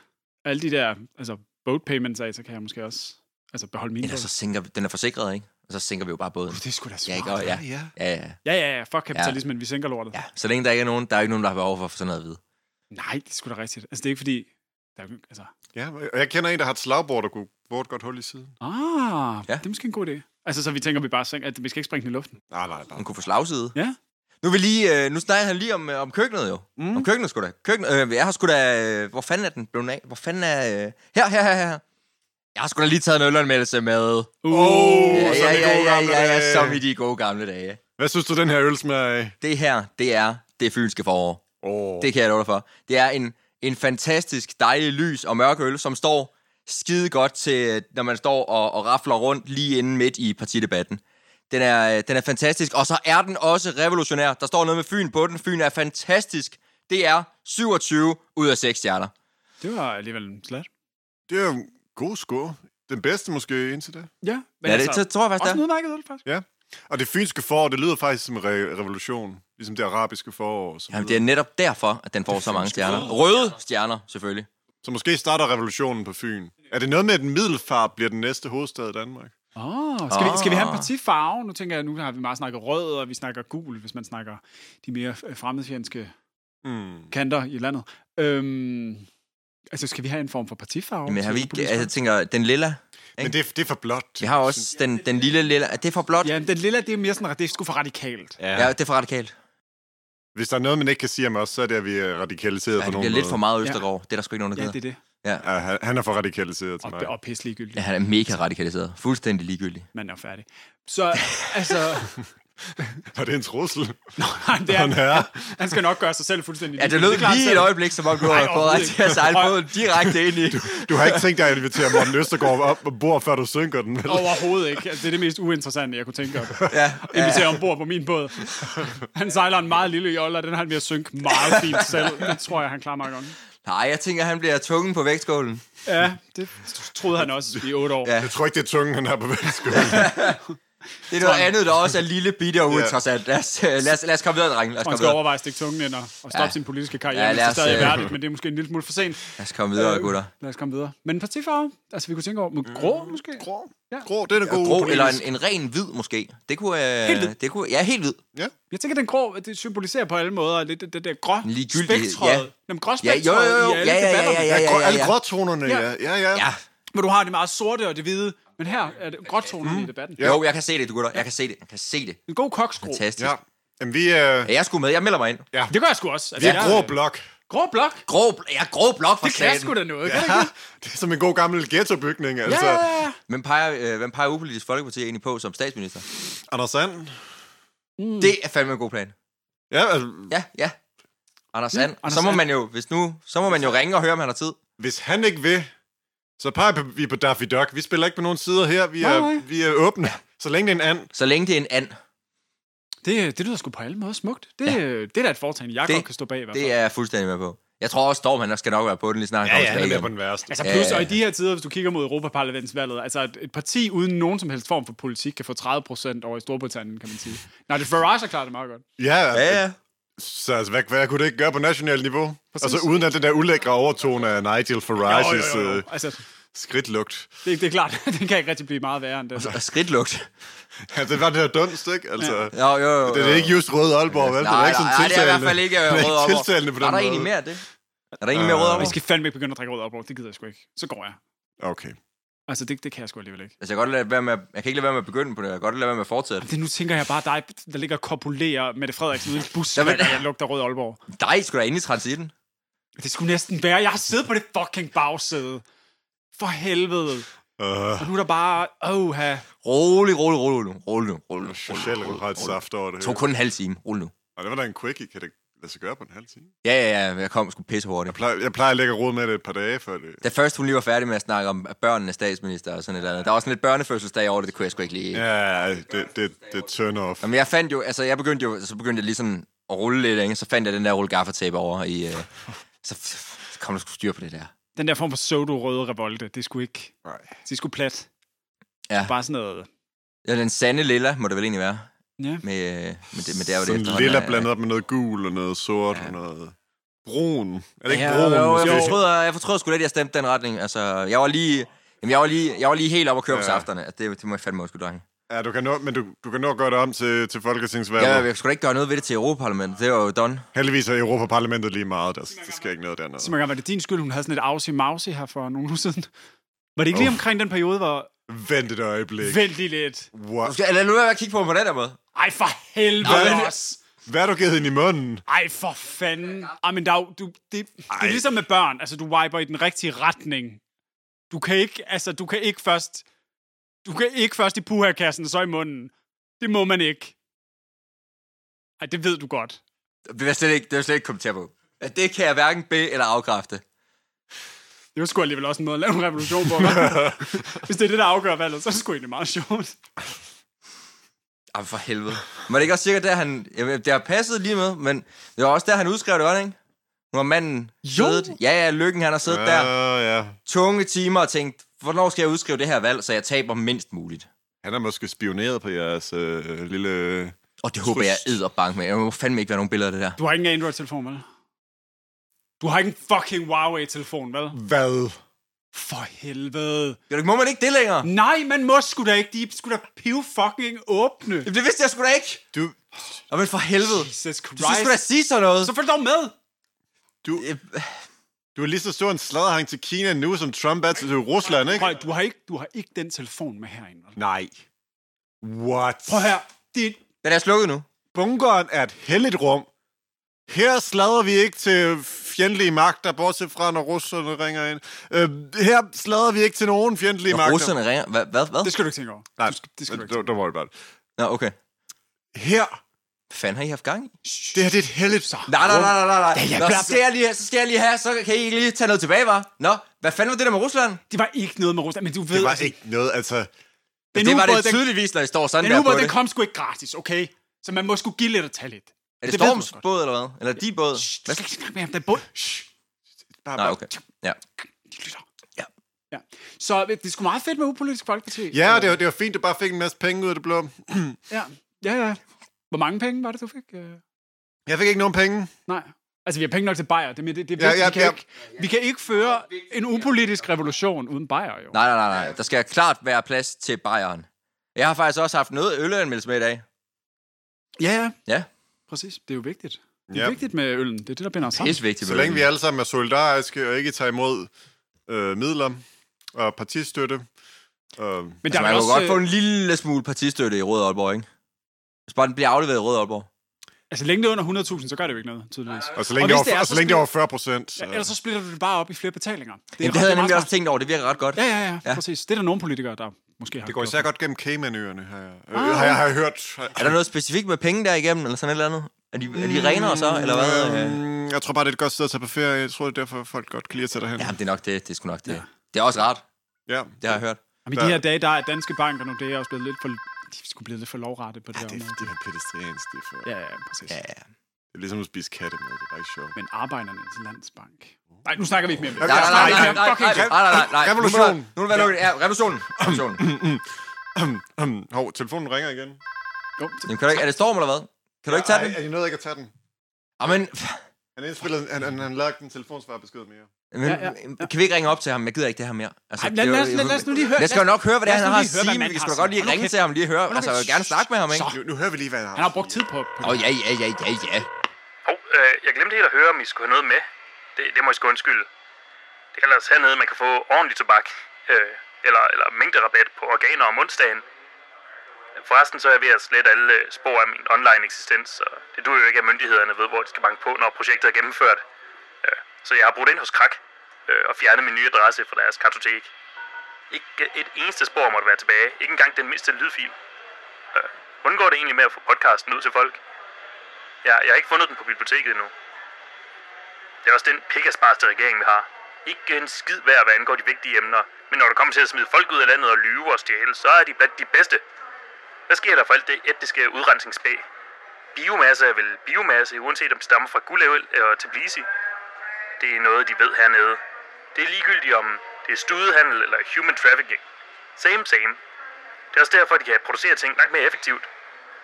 A: alle de der altså, boat payments af, så kan jeg måske også altså, beholde mine.
C: Eller så sænker vi, den er forsikret, ikke? Og så sænker vi jo bare båden.
A: Det er sgu da
C: Ja,
A: smart.
C: ikke? Og, ja.
B: ja.
C: ja, ja,
A: Ja, ja, ja. Fuck kapitalismen. Ja. Vi sænker lortet.
C: ja. Så længe der ikke er nogen, der er ikke nogen, der har behov for at få sådan noget at vide.
A: Nej, det er sgu da rigtigt. Altså, det er ikke fordi... Der er, jo- altså,
B: ja. Og jeg kender en, der har et slagbord, der kunne bruge et godt hul i siden.
A: ah, ja.
C: Ja.
A: det er måske en god idé. Altså, så vi tænker, vi bare sænker, at vi skal ikke springe den i luften.
B: Nej, nej, nej.
C: Den kunne få slagside.
A: Ja.
C: Nu vil lige, øh, nu snakker han lige om, øh, om køkkenet jo. Mm. Om køkkenet sgu da. Køkken, øh, jeg har sgu da, øh, hvor fanden er den blevet af? Hvor fanden er, øh, her, her, her, her. Jeg har sgu da lige taget en ølanmeldelse med.
A: Uh,
B: Åh,
C: ja,
B: som
C: ja,
B: i
C: ja,
B: gode
C: ja,
B: gamle
C: ja, ja,
B: dage.
C: som i de gode gamle dage.
B: Hvad synes du, den her øl smager af?
C: Det her, det er det fynske forår.
B: Oh.
C: Det kan jeg love dig for. Det er en, en fantastisk dejlig lys og mørk øl, som står skide godt til, når man står og, og rafler rundt lige inde midt i partidebatten. Den er, øh, den er fantastisk, og så er den også revolutionær. Der står noget med Fyn på den. Fyn er fantastisk. Det er 27 ud af 6 stjerner.
A: det var alligevel en slat.
B: Det er jo en god score. Den bedste måske indtil det.
A: Ja, men altså,
C: Ja, det t- tror jeg faktisk,
A: også en
C: det er.
A: udmærket øl, faktisk.
B: Ja. Og det fynske forår, det lyder faktisk som en re- revolution. Ligesom det arabiske forår. og Så,
C: Jamen, det er
B: videre.
C: netop derfor, at den får så mange stjerner. Røde stjerner, selvfølgelig.
B: så måske starter revolutionen på Fyn. Er det noget med, at den middelfart bliver den næste hovedstad i Danmark?
A: Oh, skal, vi, skal vi have en
C: Ah.
A: partifarve? Nu tænker jeg, nu har vi meget snakket rød, og vi snakker gul, hvis man snakker de mere øh, fremmedfjendske
C: Hmm.
B: Mm.
A: kanter i landet. Øhm, altså, skal vi have en form for partifarve?
C: Men har
A: til
C: vi ikke,
A: politisk
C: altså, jeg tænker, den lilla.
B: Men det, er- det er for blåt.
C: Vi har også den, den lille lilla. Er det for blot?
A: Ja, men den lille, det er mere sådan, det er sgu for radikalt.
C: Ja, det er for radikalt.
B: Hvis der er noget, man ikke kan sige om os, så er det, at vi er radikaliseret
C: Ja,
B: på
C: det
B: nogen
C: bliver lidt
B: måde.
C: for meget Østergaard. Det er der sgu ikke nogen, der
A: Ja,
C: gider.
A: det er det.
B: Ja, han- han er for radikaliseret til
A: Og,
B: mig.
A: og pisse ligegyldigt.
C: Ja,
A: Ja.
C: han er mega radikaliseret. Fuldstændig ligegyldig.
A: Man er færdig. Så,
C: <laughs>
A: altså...
B: Og det er en
A: <laughs>
B: trussel.
A: Nå, nej, det
B: Han
A: er,
B: er.
A: han skal nok gøre sig selv fuldstændig
C: Ja, Altså, det
A: ligegyldig.
C: lød
A: er klart,
C: lige
A: så-
C: et øjeblik, som om du
A: Nej,
C: var på vej
A: overhovedet
C: til at sejle
A: ikke.
C: båden direkte ind i.
B: Du har ikke tænkt dig at invitere Morten Østergaard op og bord, før du synker den, vel?
A: Overhovedet ikke. Altså, det er det mest uinteressante, jeg kunne tænke om.
C: <laughs> Ja,
A: Inviterer ombord på min båd. Han sejler en meget lille jolle, og den har han ved at synke meget fint selv. Det tror jeg, han klarer meget godt.
C: Nej, jeg tænker, han bliver tungen på vægtskålen.
A: Ja, det troede han også i otte år.
C: Ja.
B: Jeg tror ikke, det er tungen, han har på vægtskål.
C: Det er noget andet, der også er lille bitte og uinteressant. Lad os, øh, lad os, lad os komme videre, drenge. Lad
A: Og han
C: os komme
A: skal
C: videre.
A: overveje at stikke tungen ind og, og stoppe ja.
C: Ja.
A: sin politiske karriere, ja,
C: Ja,
A: hvis
C: lad
A: det
C: os,
A: stadig er
C: øh,
A: værdigt, men det er måske en lille smule for sent.
C: Lad os komme
A: Øh,
C: videre, gutter.
A: Lad os komme videre. Men en partifarve? Altså, vi kunne tænke over, men grå måske?
B: Grå.
A: Ja.
B: Grå, det er det gode.
C: Grå
B: politisk.
C: eller en, en ren hvid, måske. Det kunne... Øh,
A: Helt hvid.
C: Det kunne, ja, helt hvid.
B: Ja.
A: Jeg tænker, den grå, det symboliserer på alle måder lidt det, det der grå
C: Ligegyldighed,
A: spektret.
C: ja.
A: Jamen, grå
C: Ja,
A: spektret
C: jo, jo, jo.
A: i
C: Ja,
A: alle
C: ja, ja,
A: debatterne.
C: ja, ja,
B: Grå,
C: ja,
B: alle
C: ja.
B: gråtonerne, ja.
A: Ja.
B: Ja, ja.
C: Ja,
A: Hvor du har det meget sorte og det hvide, men her er det gråtonen mm. i debatten.
B: Ja.
C: jo, jeg kan se det, du gutter. Jeg kan se det. Jeg kan se det.
A: En god koksgro.
C: Fantastisk.
B: ja. Jamen, vi er,
C: Ja, jeg skulle med. Jeg melder mig ind.
A: Det gør jeg sgu også.
B: vi
A: Altså,
B: er grå
A: jeg-
B: blok.
A: Grå blok?
C: Grå, ja, grå blok for
A: Det kan
C: staten.
A: sgu da noget. Ja.
B: Ja. <laughs> Det er som en god gammel ghettobygning, altså.
A: Ja.
C: Hvem peger, øh, hvem peger Upolitisk Folkeparti egentlig på som statsminister?
B: Anders Sand.
A: Hmm.
C: Mm. Det er fandme en god plan.
B: Ja, altså,
C: Ja, ja. Anders
B: Mm,
C: Sand.
A: Anders
C: så må
A: And.
C: man jo, hvis nu, så må man jo ringe og høre, om han har tid.
B: hvis han ikke vil, så peger vi på Daffy Duck. Vi spiller ikke på nogen sider her. Vi er,
A: Nej, nej.
B: vi er åbne. Så længe det er en and.
C: Så længe det er en and.
A: Det, det lyder sgu på alle måder smukt. Det, ja. det er da et foretagende, jeg det,
C: Det-
A: godt kan stå bag i hvert fald.
C: Det er jeg fuldstændig med på. Jeg tror også, Storm han skal nok være på den lige snart. han kommer tilbage
B: han er
C: igen.
B: på den værste.
A: Altså plus,
C: Ja.
A: og i de her tider, hvis du kigger mod Europaparlamentsvalget, altså et, et parti uden nogen som helst form for politik kan få 30 procent over i Storbritannien, kan man sige. Nej, det Farage har klaret det meget godt.
B: Ja,
C: Ja,
B: ja.
C: ja.
B: Så altså, hvad, hvad kunne det ikke gøre på nationalt niveau?
A: Præcis.
B: Altså uden at den der ulækre overtone af Nigel Farage's øh,
A: Altså,
B: skridtlugt. <laughs>
A: det, det er klart, <laughs> det kan ikke rigtig blive meget værre end det.
C: Og skridtlugt.
B: Ja, det var det der dunst, ikke? Altså, ja.
C: Jo, jo, jo.
B: Det er ikke just Røde Aalborg, vel? det er
C: nej,
B: ikke sådan
C: nej, det er i hvert
B: tiltalende.
C: fald ikke øh,
B: Det er
C: rød over.
B: tiltalende på den
C: Er der
B: måde. Øh,
C: egentlig mere af det? Er der egentlig mere rød over?
A: Vi skal fandme ikke begynde at drikke rød opbrug, det gider jeg sgu ikke. Så går jeg.
B: Okay.
A: Altså, det, det kan jeg sgu alligevel ikke.
C: Altså, jeg, kan godt lade være med, at- jeg kan ikke lade være med at begynde på det. Jeg kan godt lade være med at fortsætte.
A: Det, nu tænker jeg bare dig, der ligger og kopulerer Mette Frederiksen ude i en bus, der,
C: Jamen,
A: der, der lugter rød Aalborg.
C: Nej, skulle da ind i transiten.
A: Det skulle næsten være. Jeg har siddet på det fucking bagsæde. For helvede.
B: Uh,
A: Og nu er der bare... Åh,
C: Rolig, rolig, rolig nu. Rolig nu, rolig nu. rolig nu, rolig nu,
B: Socialdemokrat
C: rolig nu.
B: saft over det
C: Tog
B: hele.
C: kun en halv time. Rolig nu.
B: Og det var da en quickie, kan det lade sig gøre på en halv time?
C: Ja, ja, ja. Jeg kom sgu pisse hurtigt.
B: Jeg plejer, jeg plejer at lægge råd med det et par dage før det.
C: Da først hun lige var færdig med at snakke om børnenes statsminister og sådan et eller andet. Der var sådan lidt børnefødselsdag over det, det kunne jeg sgu ikke lide. Ja.
B: Ja, det, det, det turn off.
C: Men jeg fandt jo, altså jeg begyndte jo, så begyndte jeg lige sådan at rulle lidt, ikke? så fandt jeg den der rulle gaffatape over i, øh, så f- så kom der sgu styr på det der.
A: Den der form for pseudo-røde revolte, det skulle ikke...
B: Nej.
A: Det skulle plat.
C: Ja.
A: Bare sådan noget...
C: Ja, den sande lilla må det vel egentlig være.
A: Ja.
C: Med, øh, med det, med der, hvor det
B: Sådan
C: efterhånden
B: lilla
C: er-
B: blandet op med noget gul og noget sort ja. og noget brun. Er det ikke
C: Ja,
B: brun?
C: jo,
B: måske?
C: jeg, fortryder, jeg fortryder sgu lidt, at jeg stemte den retning. Altså, jeg var lige, jamen, jeg var lige, jeg var lige helt oppe at køre ja. på
B: Ja.
C: safterne. Altså, det, det må jeg fandme også, drenge.
B: Ja, du kan nå, men du, du kan nå at gøre det om til, til folketingsvalget.
C: Jeg,
B: Ja,
C: jeg, jeg skulle da ikke gøre noget ved det til Europaparlamentet. Det var jo done.
B: Heldigvis er Europaparlamentet lige meget. Der, der sker ikke noget dernede.
A: Så man kan, var det din skyld, hun havde sådan et ausi mausi her for nogle uger siden? Var det ikke lige omkring den periode, hvor...
B: Vent et øjeblik.
A: Vældig lidt.
C: Du
B: What?
C: skal, lad nu være med at kigge på mig på den der måde.
A: Ej, for
B: Hvad?
A: helvede os!
B: Hvad har du givet hende i munden?
A: Ej, for fanden. Ej, men der, er jo- du, det, det er ligesom med børn. Altså, du wiper i den rigtige retning. Du kan ikke, altså, du kan ikke først... Du kan ikke først i puha-kassen, så i munden. Det må man ikke. Ej, det ved du godt.
C: Det vil jeg slet ikke, det vil jeg slet ikke kommentere på. At Det kan jeg hverken bede eller afkræfte.
A: Det var sgu alligevel også en måde at lave en revolution på. hva'? Hvis det er det, der afgør valget, så er det sgu egentlig meget sjovt.
C: Jamen for helvede. Var det ikke også cirka der, han... Jamen, det har passet lige med, men det var også der, han udskrev det, var det ikke? Nu har manden siddet... Ja, ja, Lykken, han har siddet der
B: Ah, Ja, ja.
C: tunge timer og tænkt, hvornår skal jeg udskrive det her valg, så jeg taber mindst muligt?
B: Han har måske spioneret på jeres øh, lille...
C: Og det håber jeg æder bank med. Jeg må fandme ikke være nogen billeder af det der.
A: Du har ikke en Android-telefon, vel? Du har ikke en fucking Huawei-telefon, vel?
B: Hvad?
A: For helvede.
C: Det må man ikke det længere.
A: Nej, man må sgu da ikke. De er sgu da piv fucking åbne.
C: Jamen, det vidste jeg sgu da ikke.
B: Du,
C: Og men for helvede.
A: Jesus Christ.
C: Du skal sgu da sige sådan noget. Øh,
A: Så følg dog med.
B: du, du er lige så stor en sladderhang til Kina nu, som Trump er til Rusland, ikke?
A: Prøv, du har ikke, du har ikke den telefon med herinde. vel?
B: Nej. What?
A: Prøv her. Det er
C: Den er slukket nu.
B: Bunkeren er et helligt rum. Her sladrer vi ikke til fjendtlige magter, bortset fra, når russerne ringer ind. Øh, her sladrer vi ikke til nogen fjendtlige
C: Når
B: magter.
C: russerne ringer. Hvad? Hvad? Hvad?
A: det skal du ikke tænke over.
B: Nej,
A: Du skal, det skal du ikke
B: don't, don't worry about it.
C: Nå, okay.
B: Her,
C: Hvad fanden har I haft gang i?
B: det her det er et helligt så.
C: Nej, nej, nej, nej, nej. nej.
A: ja,
C: Nå,
A: blab,
C: så skal jeg lige have, så skal jeg lige have, så kan I ikke lige tage noget tilbage, var? Nå, hvad fanden var det der med Rusland?
A: tænke- Det var ikke noget med Rusland, men du ved...
B: Det var
A: altså,
B: ikke noget, altså...
A: den
C: det var det
A: ubåd, den-
C: tydeligvis, når I står sådan
A: Den
C: der på
A: ubåd,
C: det.
A: den kom sgu ikke gratis, okay? Så man må sgu give lidt og tage lidt.
C: Er det
A: ved du
C: Storms
A: godt.
C: båd, eller hvad? Eller de båd?
A: Shh, Du
C: Hvad?
A: skal ikke snakke med ham, den bund. Shh.
B: Bare,
C: Nej, okay. Ja.
A: De lytter.
C: Ja.
A: ja. Så øh, det er sgu meget fedt med Upolitisk Folkeparti.
B: Ja, det var, det var fint, du bare fik en masse penge ud af det blå.
A: Ja, ja, ja. Hvor mange penge var det, du fik? Øh,
B: Jeg fik ikke nogen penge.
A: nej. Altså, vi har penge nok til Bayer. Det, er- det, det er vigtigt.
B: Ja, ja,
A: vi, kan
B: ja.
A: Ikke, vi kan ikke føre en upolitisk revolution uden Bayer, jo.
C: Nej, nej, nej, nej. Der skal klart være plads til Bayern. Jeg har faktisk også haft noget ølanmeldelse med i dag.
A: Ja, ja.
C: Ja,
A: Præcis. Det er jo vigtigt. Det er
B: Ja.
A: vigtigt med øllen. Det er det, der binder os sammen.
C: pisse vigtigt.
B: Så længe vi alle sammen er solidariske og ikke tager imod øh, midler og partistøtte. Og,
A: Men
C: Der
A: er
C: Altså, man
A: vel
C: kunne godt
A: øh,
C: få en lille smule partistøtte i Rød Aalborg, ikke? Hvis bare den bliver afleveret i Rød Aalborg.
A: Altså, længe det er under 100.000, så gør det jo ikke noget, tydeligvis.
B: og så
A: Og
B: længe,
A: hvis
B: det,
A: det
B: er,
A: er,
B: over, og
A: så
B: så længe det
A: spil-
B: er over 40 procent.
A: Ellers så splitter du det bare op i flere betalinger. Det,
C: Jamen, det havde jeg nemlig
A: meget
C: også
A: smart.
C: tænkt over. Det virker ret godt.
A: Ja, ja, ja,
C: Ja.
A: ja. Præcis. Det er der nogle politikere, der måske har
B: Det går
A: gjort.
B: især godt gennem Caymanøerne, har jeg, øh,
A: Ah.
B: har jeg, har jeg hørt. Har-
C: Er der noget specifikt med penge der igennem, eller sådan et eller andet? Er de, er de renere så, eller hvad?
A: Øh,
C: Mm.
B: Mm, jeg tror bare, det er et godt sted at tage på ferie. Jeg tror, det er derfor, folk godt kan lide at tage derhen.
C: Ja, det er nok det. Det er sgu nok det. Det er også rart.
B: ja.
C: Det har jeg hørt.
A: Jamen, I de her dage, der er danske banker nu, det er også blevet lidt for... De er sgu blevet lidt for lovrette på det her
B: Det,
A: område.
B: det er pædestriansk, det er for...
A: Ja, ja, præcis.
C: Ja, ja.
B: Det er ligesom at spise kattemad, det er bare ikke sjovt.
A: Men arbejdernes landsbank. Nej, nu snakker vi ikke mere om det.
C: Nej, nej, nej, nej, nej, nej,
A: Fucking-
C: nej, nej, nej, nej.
B: Revolution.
C: Nu er det være lukket. Ja, revolutionen.
A: <clears throat>
C: Revolutionen.
B: Mm, Hov, telefonen ringer igen.
A: Jo,
C: Jamen, kan du ikke, er det storm, eller hvad? Kan du ikke tage den?
B: Er I nødt ikke at tage den?
C: Jamen,
B: Han indspillede, han, han, han lagde en telefonsvarbesked mere.
C: men,
A: Ja, ja,
C: kan vi ikke ringe op til ham? Jeg gider ikke det her mere. Altså,
A: Ej, lad-
C: det er jo-
A: lad os- lad- lad os nu lige høre-
C: Jeg skal jo
A: lad os-
C: nok høre, hvad det er,
A: lad os
C: han
A: nu
C: har
A: lige høre,
C: at
A: hvad
C: sige, men
A: manden
C: vi skal
A: har
C: da godt
A: at
C: lige
A: sige.
C: ringe til ham, lige høre. Altså, jeg vil gerne snakke med ham, ikke?
B: Nu, nu hører vi lige, hvad han
A: han har brugt tid på... på
C: Åh, ja, ja, ja, ja, ja.
D: Hov, øh, jeg glemte helt at høre, om I skulle have noget med. Det, det må I sgu undskylde. Det er ellers hernede, man kan få ordentlig tobak. Øh, eller, eller mængderabat på organer om onsdagen. Forresten så er jeg ved at slette alle øh, spor af min online eksistens, så det duer jo ikke, at myndighederne ved, hvor de skal banke på, når projektet er gennemført. Øh, så jeg har brugt ind hos Krak øh, og fjernet min nye adresse fra deres kartotek. Ikke et eneste spor måtte være tilbage. Ikke engang den mindste lydfil. Øh, undgår det egentlig med at få podcasten ud til folk? Jeg, jeg har ikke fundet den på biblioteket endnu. Det er også den pikkasparste regering, vi har. Ikke en skid værd, hvad angår de vigtige emner. Men når det kommer til at smide folk ud af landet og lyve og stjæle, så er de blandt de bedste. Hvad sker der for alt det etniske udrensningsbag? Biomasse er vel biomasse, uanset om det stammer fra Gullev eller Tbilisi. Det er noget, de ved hernede. Det er ligegyldigt om det er studehandel eller human trafficking. Same, same. Det er også derfor, at de kan producere ting langt mere effektivt,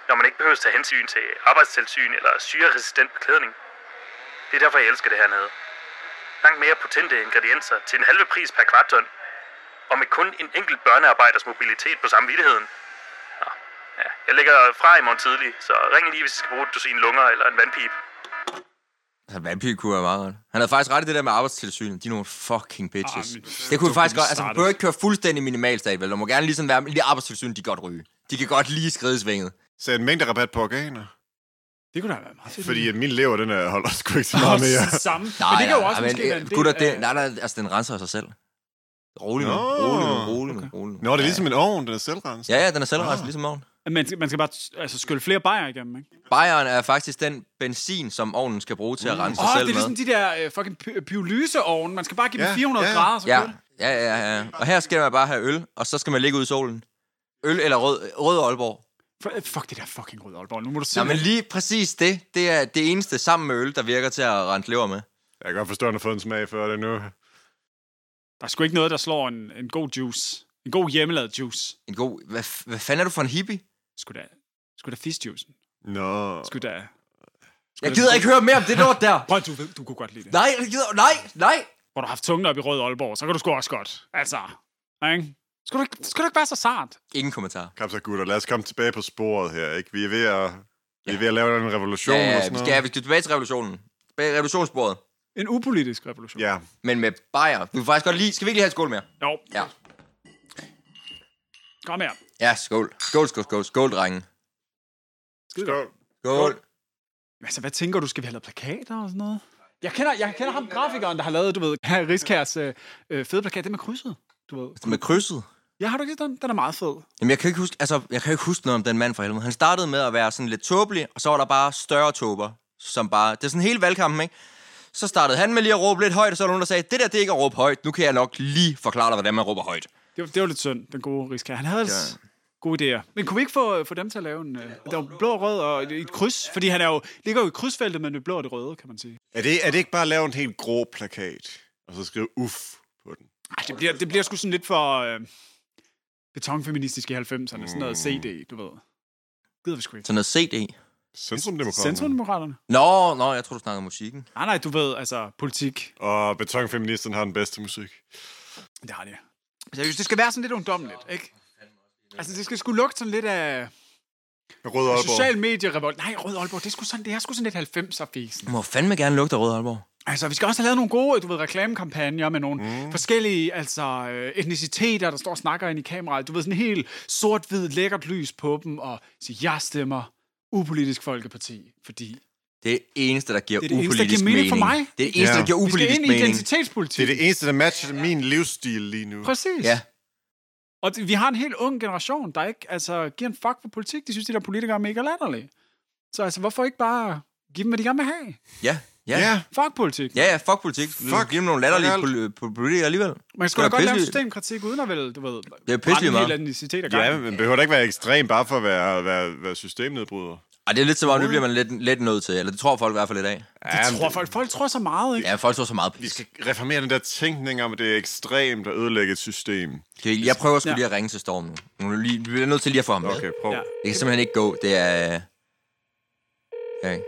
D: når man ikke behøver at tage hensyn til arbejdstilsyn eller syreresistent beklædning. Det er derfor, jeg elsker det hernede. Langt mere potente ingredienser til en halve pris per kvartton, og med kun en enkelt børnearbejders mobilitet på samvittigheden. Nå, ja, jeg lægger fra i morgen tidlig, så ring lige, hvis I skal bruge et dusin lunger eller en vandpip.
C: Altså, vampyr kunne være meget godt. Han havde faktisk ret i det der med arbejdstilsynet. De er nogle fucking bitches.
A: Ah,
C: Ah,
A: men-
C: det kunne
A: så kunne
C: vi faktisk
A: vi
C: godt... Altså, man
A: starte.
C: behøver ikke køre fuldstændig minimal vel? Der må gerne ligesom være... Lige arbejdstilsynet, de kan godt ryge. De kan godt lige skride i svinget.
B: Så en mængde rabat på organer.
A: Det kunne da være meget fedt. <laughs>
B: Fordi at min lever, den er, holder sgu ikke så
A: Og
B: meget mere.
A: samme.
C: Nej,
A: men det kan jo
C: nej,
A: også
C: nej,
A: måske
C: men, øh,
A: være en del
C: gutter,
A: af-
C: det, nej, nej, altså, den renser sig selv. Rolig nu,
B: Nå.
C: rolig nu, rolig nu, rolig nu.
B: Nå, det er ligesom en ovn, den er selvrenset.
C: Ja, ja, den er selvrenset, ah. ligesom ovnen.
A: Man skal, man skal bare altså, skylle flere bajer igennem, ikke?
C: Bajeren er faktisk den benzin, som ovnen skal bruge til at rense sig
A: Åh, oh, det er
C: selv
A: ligesom
C: med.
A: de der uh, fucking py- pyrolyseovne. Man skal bare give dem
B: Ja,
A: 400
B: ja, ja.
A: grader, så
C: Ja,
A: kører det.
C: ja, ja, ja. Og her skal man bare have øl, og så skal man ligge ud i solen. Øl eller rød, rød Aalborg.
A: For- Fuck det der fucking rød Aalborg. Nu må du se.
C: Nej, men lige præcis det, det er det eneste sammen med øl, der virker til at rente lever med.
B: Jeg kan godt forstå, at den har fået en smag før det nu.
A: Der er sgu ikke noget, der slår en, en god juice. En god hjemmelavet juice.
C: En god... Hvad, f- hvad fanden er du for en hippie?
A: Sgu da, sgu da fisjuicen.
B: Nå.
A: Sgu da...
C: Jeg gider ikke høre mere om det lort der.
A: Prøv, du, ved, du kunne godt lide det.
C: Nej, jeg gider... Nej, nej!
A: Hvor du har haft tungen op i rød Aalborg, så kan du sgu også godt. Altså, ikke? Skal du, ikke- skal du ikke være så sart?
C: Ingen kommentar.
B: Kom så, gutter. Lad os komme tilbage på sporet her, ikke? Vi er ved at, vi er ved at lave en revolution
C: Ja,
B: og
C: ja,
B: sådan
C: vi
B: noget.
C: skal, vi skal tilbage til revolutionen. Tilbage til revolutionsbordet.
A: En upolitisk revolution.
B: Ja.
C: Men med bajer. Du kan faktisk godt lide... Skal vi ikke lige have en skål mere?
A: Jo,
C: Ja.
A: kom her.
C: Ja, skål. Skål, skål, skål. Skål, drenge.
A: Skide
B: Skål.
C: Skål.
A: Men Altså, hvad tænker du? Skal vi have lavet plakater og sådan noget? Jeg kender, jeg kender ham, grafikeren, der har lavet, du ved, <laughs> her Riskærs øh, øh, fede plakat. Det med krydset, du ved.
C: Med krydset.
A: Ja, har du ikke set den? Den er meget fed.
C: Jamen, jeg kan ikke huske, altså, jeg kan ikke huske noget om den mand for helvede. Han startede med at være sådan lidt tåbelig, og så var der bare større tåber, som bare... Det er sådan hele valgkampen, ikke? Så startede han med lige at råbe lidt højt, og så var der nogen, der sagde, det der, det er ikke at råbe højt. Nu kan jeg nok lige forklare dig, hvordan man råber højt.
A: Det var, det var lidt synd, den gode Riskær. Han havde altså gode idéer. Men kunne vi ikke få, få dem til at lave en... Øh, der var blå og rød og et, et kryds, fordi han er jo, ligger jo i krydsfeltet men det blå og det røde, kan man sige.
B: Er det, er det ikke bare at lave en helt grå plakat, og så skrive uff på den?
A: Ej, det bliver, det bliver sgu sådan lidt for øh, betonfeministisk i 90'erne. Sådan noget CD, du ved. Gider vi sgu ikke.
C: Sådan noget CD.
B: Centrumdemokraterne.
A: Centrumdemokraterne?
C: Nå, nå, jeg tror, du snakkede om musikken.
A: Nej, nej, du ved, altså politik.
B: Og betonfeministen har den bedste musik.
A: Det har det. Seriøst, det skal være sådan lidt ungdommeligt, ikke? Altså, det skal sgu lugte sådan lidt af
B: Rød Aalborg.
A: social medierevolt. Nej, Rød Aalborg, det er sgu sådan, det er sgu sådan lidt 90'er-fisen.
C: Du må fandme gerne lugte af rød Aalborg.
A: Altså, vi skal også have lavet nogle gode, du ved, reklamekampagner med nogle mm. forskellige, altså, øh, etniciteter, der står og snakker ind i kameraet. Du ved, sådan helt sort-hvid, lækkert lys på dem, og sige, jeg stemmer upolitisk folkeparti, fordi
C: Det er det eneste, der giver
A: Det er det eneste, der
C: upolitisk
A: giver mening for mig.
C: Det er det eneste,
B: Ja.
C: der giver
A: vi skal
C: upolitisk
A: ind i
C: mening.
A: identitetspolitik.
B: Det er det eneste, der matcher min livsstil lige nu.
A: Præcis.
C: Ja.
A: Og det, vi har en helt ung generation, der ikke altså, giver en fuck for politik. De synes, de der politikere er mega latterlige. Så altså, hvorfor ikke bare give dem, hvad de gerne vil have?
C: Ja. Ja. ja.
B: Ja,
A: Fuck politik.
C: Ja, ja, fuck politik. Fuck.
B: Fuck.
C: Giv dem nogle latterlige
B: Fuck alt.
C: pol- pol- politikere alligevel.
A: Man skulle
C: Det
A: da
C: er
A: godt lave
C: pisselig-
A: systemkritik, uden at vel, du ved, det
C: er pisselig meget.
A: etnicitet og
B: ja men behøver da ikke være ekstrem bare for at være, være, være systemnedbryder.
C: Ej, det er lidt som om, det bliver man lidt, lidt nødt til. Eller det tror folk i hvert fald i dag.
A: Det tror folk, folk tror så meget, ikke?
C: Ja, folk tror så meget
B: Vi
C: pis.
B: skal reformere den der tænkning om, at det er ekstremt at ødelægge et system.
C: Kan vi- Jeg prøver sgu
A: Ja.
C: lige at ringe til Storm nu. Nu er vi lige- Vi bliver nødt til lige at få ham med.
B: Okay, prøv.
A: Ja.
B: Ja.
C: Det kan simpelthen ikke gå. Det er... øh, Ja, ikke?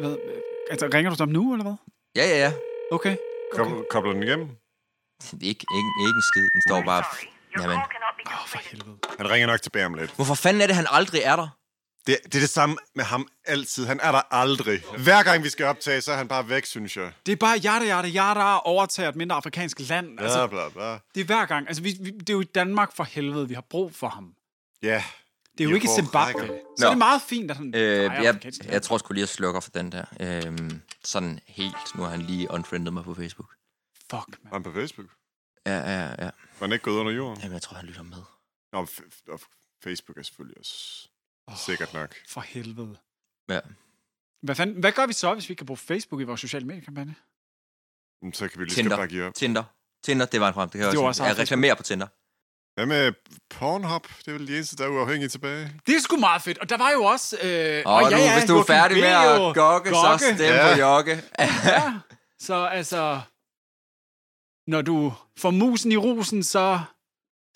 A: Hvad, øh, altså, ringer du til dem nu, eller hvad?
C: ja, ja. ja.
A: Okay.
B: Kom, kobler den igennem?
C: Ikke, ikke, ikke en skid. Den står bare... Jamen.
A: Åh, oh, for helvede.
B: Han ringer nok tilbage om lidt.
C: Hvorfor fanden er det, han aldrig er der?
B: Det, det er det samme med ham altid. Han er der aldrig. Hver gang vi skal optage, så er han bare væk, synes jeg.
A: Det er bare jada, jada, jada overtager et mindre afrikansk land. Altså,
B: Bla, bla, bla.
A: det er hver gang. Altså, vi, vi, det er jo i Danmark for helvede, vi har brug for ham.
B: Ja.
A: Det er jo
B: Vi
A: ikke i
B: får
A: Zimbabwe.
B: rækker.
A: Så er
C: Nå.
A: det meget fint, at han
C: Øh,
A: drejer
C: jeg,
A: afrikansk land.
C: jeg tror sgu lige, jeg slukker for den der. Øhm, sådan helt. Nu har han lige unfriendet mig på Facebook.
A: Fuck, man.
B: Var han på Facebook?
C: Ja, ja, ja.
B: Var han ikke gået under jorden?
C: Jamen, jeg tror, han lytter med.
B: Nå, f- f- og Facebook er selvfølgelig også oh. sikkert nok.
A: For helvede.
C: Ja.
A: Hvad, fanden, hvad gør vi så, hvis vi ikke kan bruge Facebook i vores sociale mediekampagne?
B: Men Så kan vi lige
C: Tinder.
B: skal bare give op.
C: Tinder. Tinder, det var en frem. Det kan
A: Det
C: jeg
A: var
C: også.
A: også
C: Jeg
A: ham,
C: reklamerer på Tinder.
B: Hvad med Pornhub? Det er vel de eneste, der er uafhængige tilbage.
A: Det er sgu meget fedt. Og der var jo også... Øh, og
C: Og, nu, hvis du er
A: Joachim
C: færdig
A: B.
C: med
A: jo.
C: at gokke, så stem
B: Ja.
C: på jokke.
A: Ja. Så altså... når du får musen i rusen, så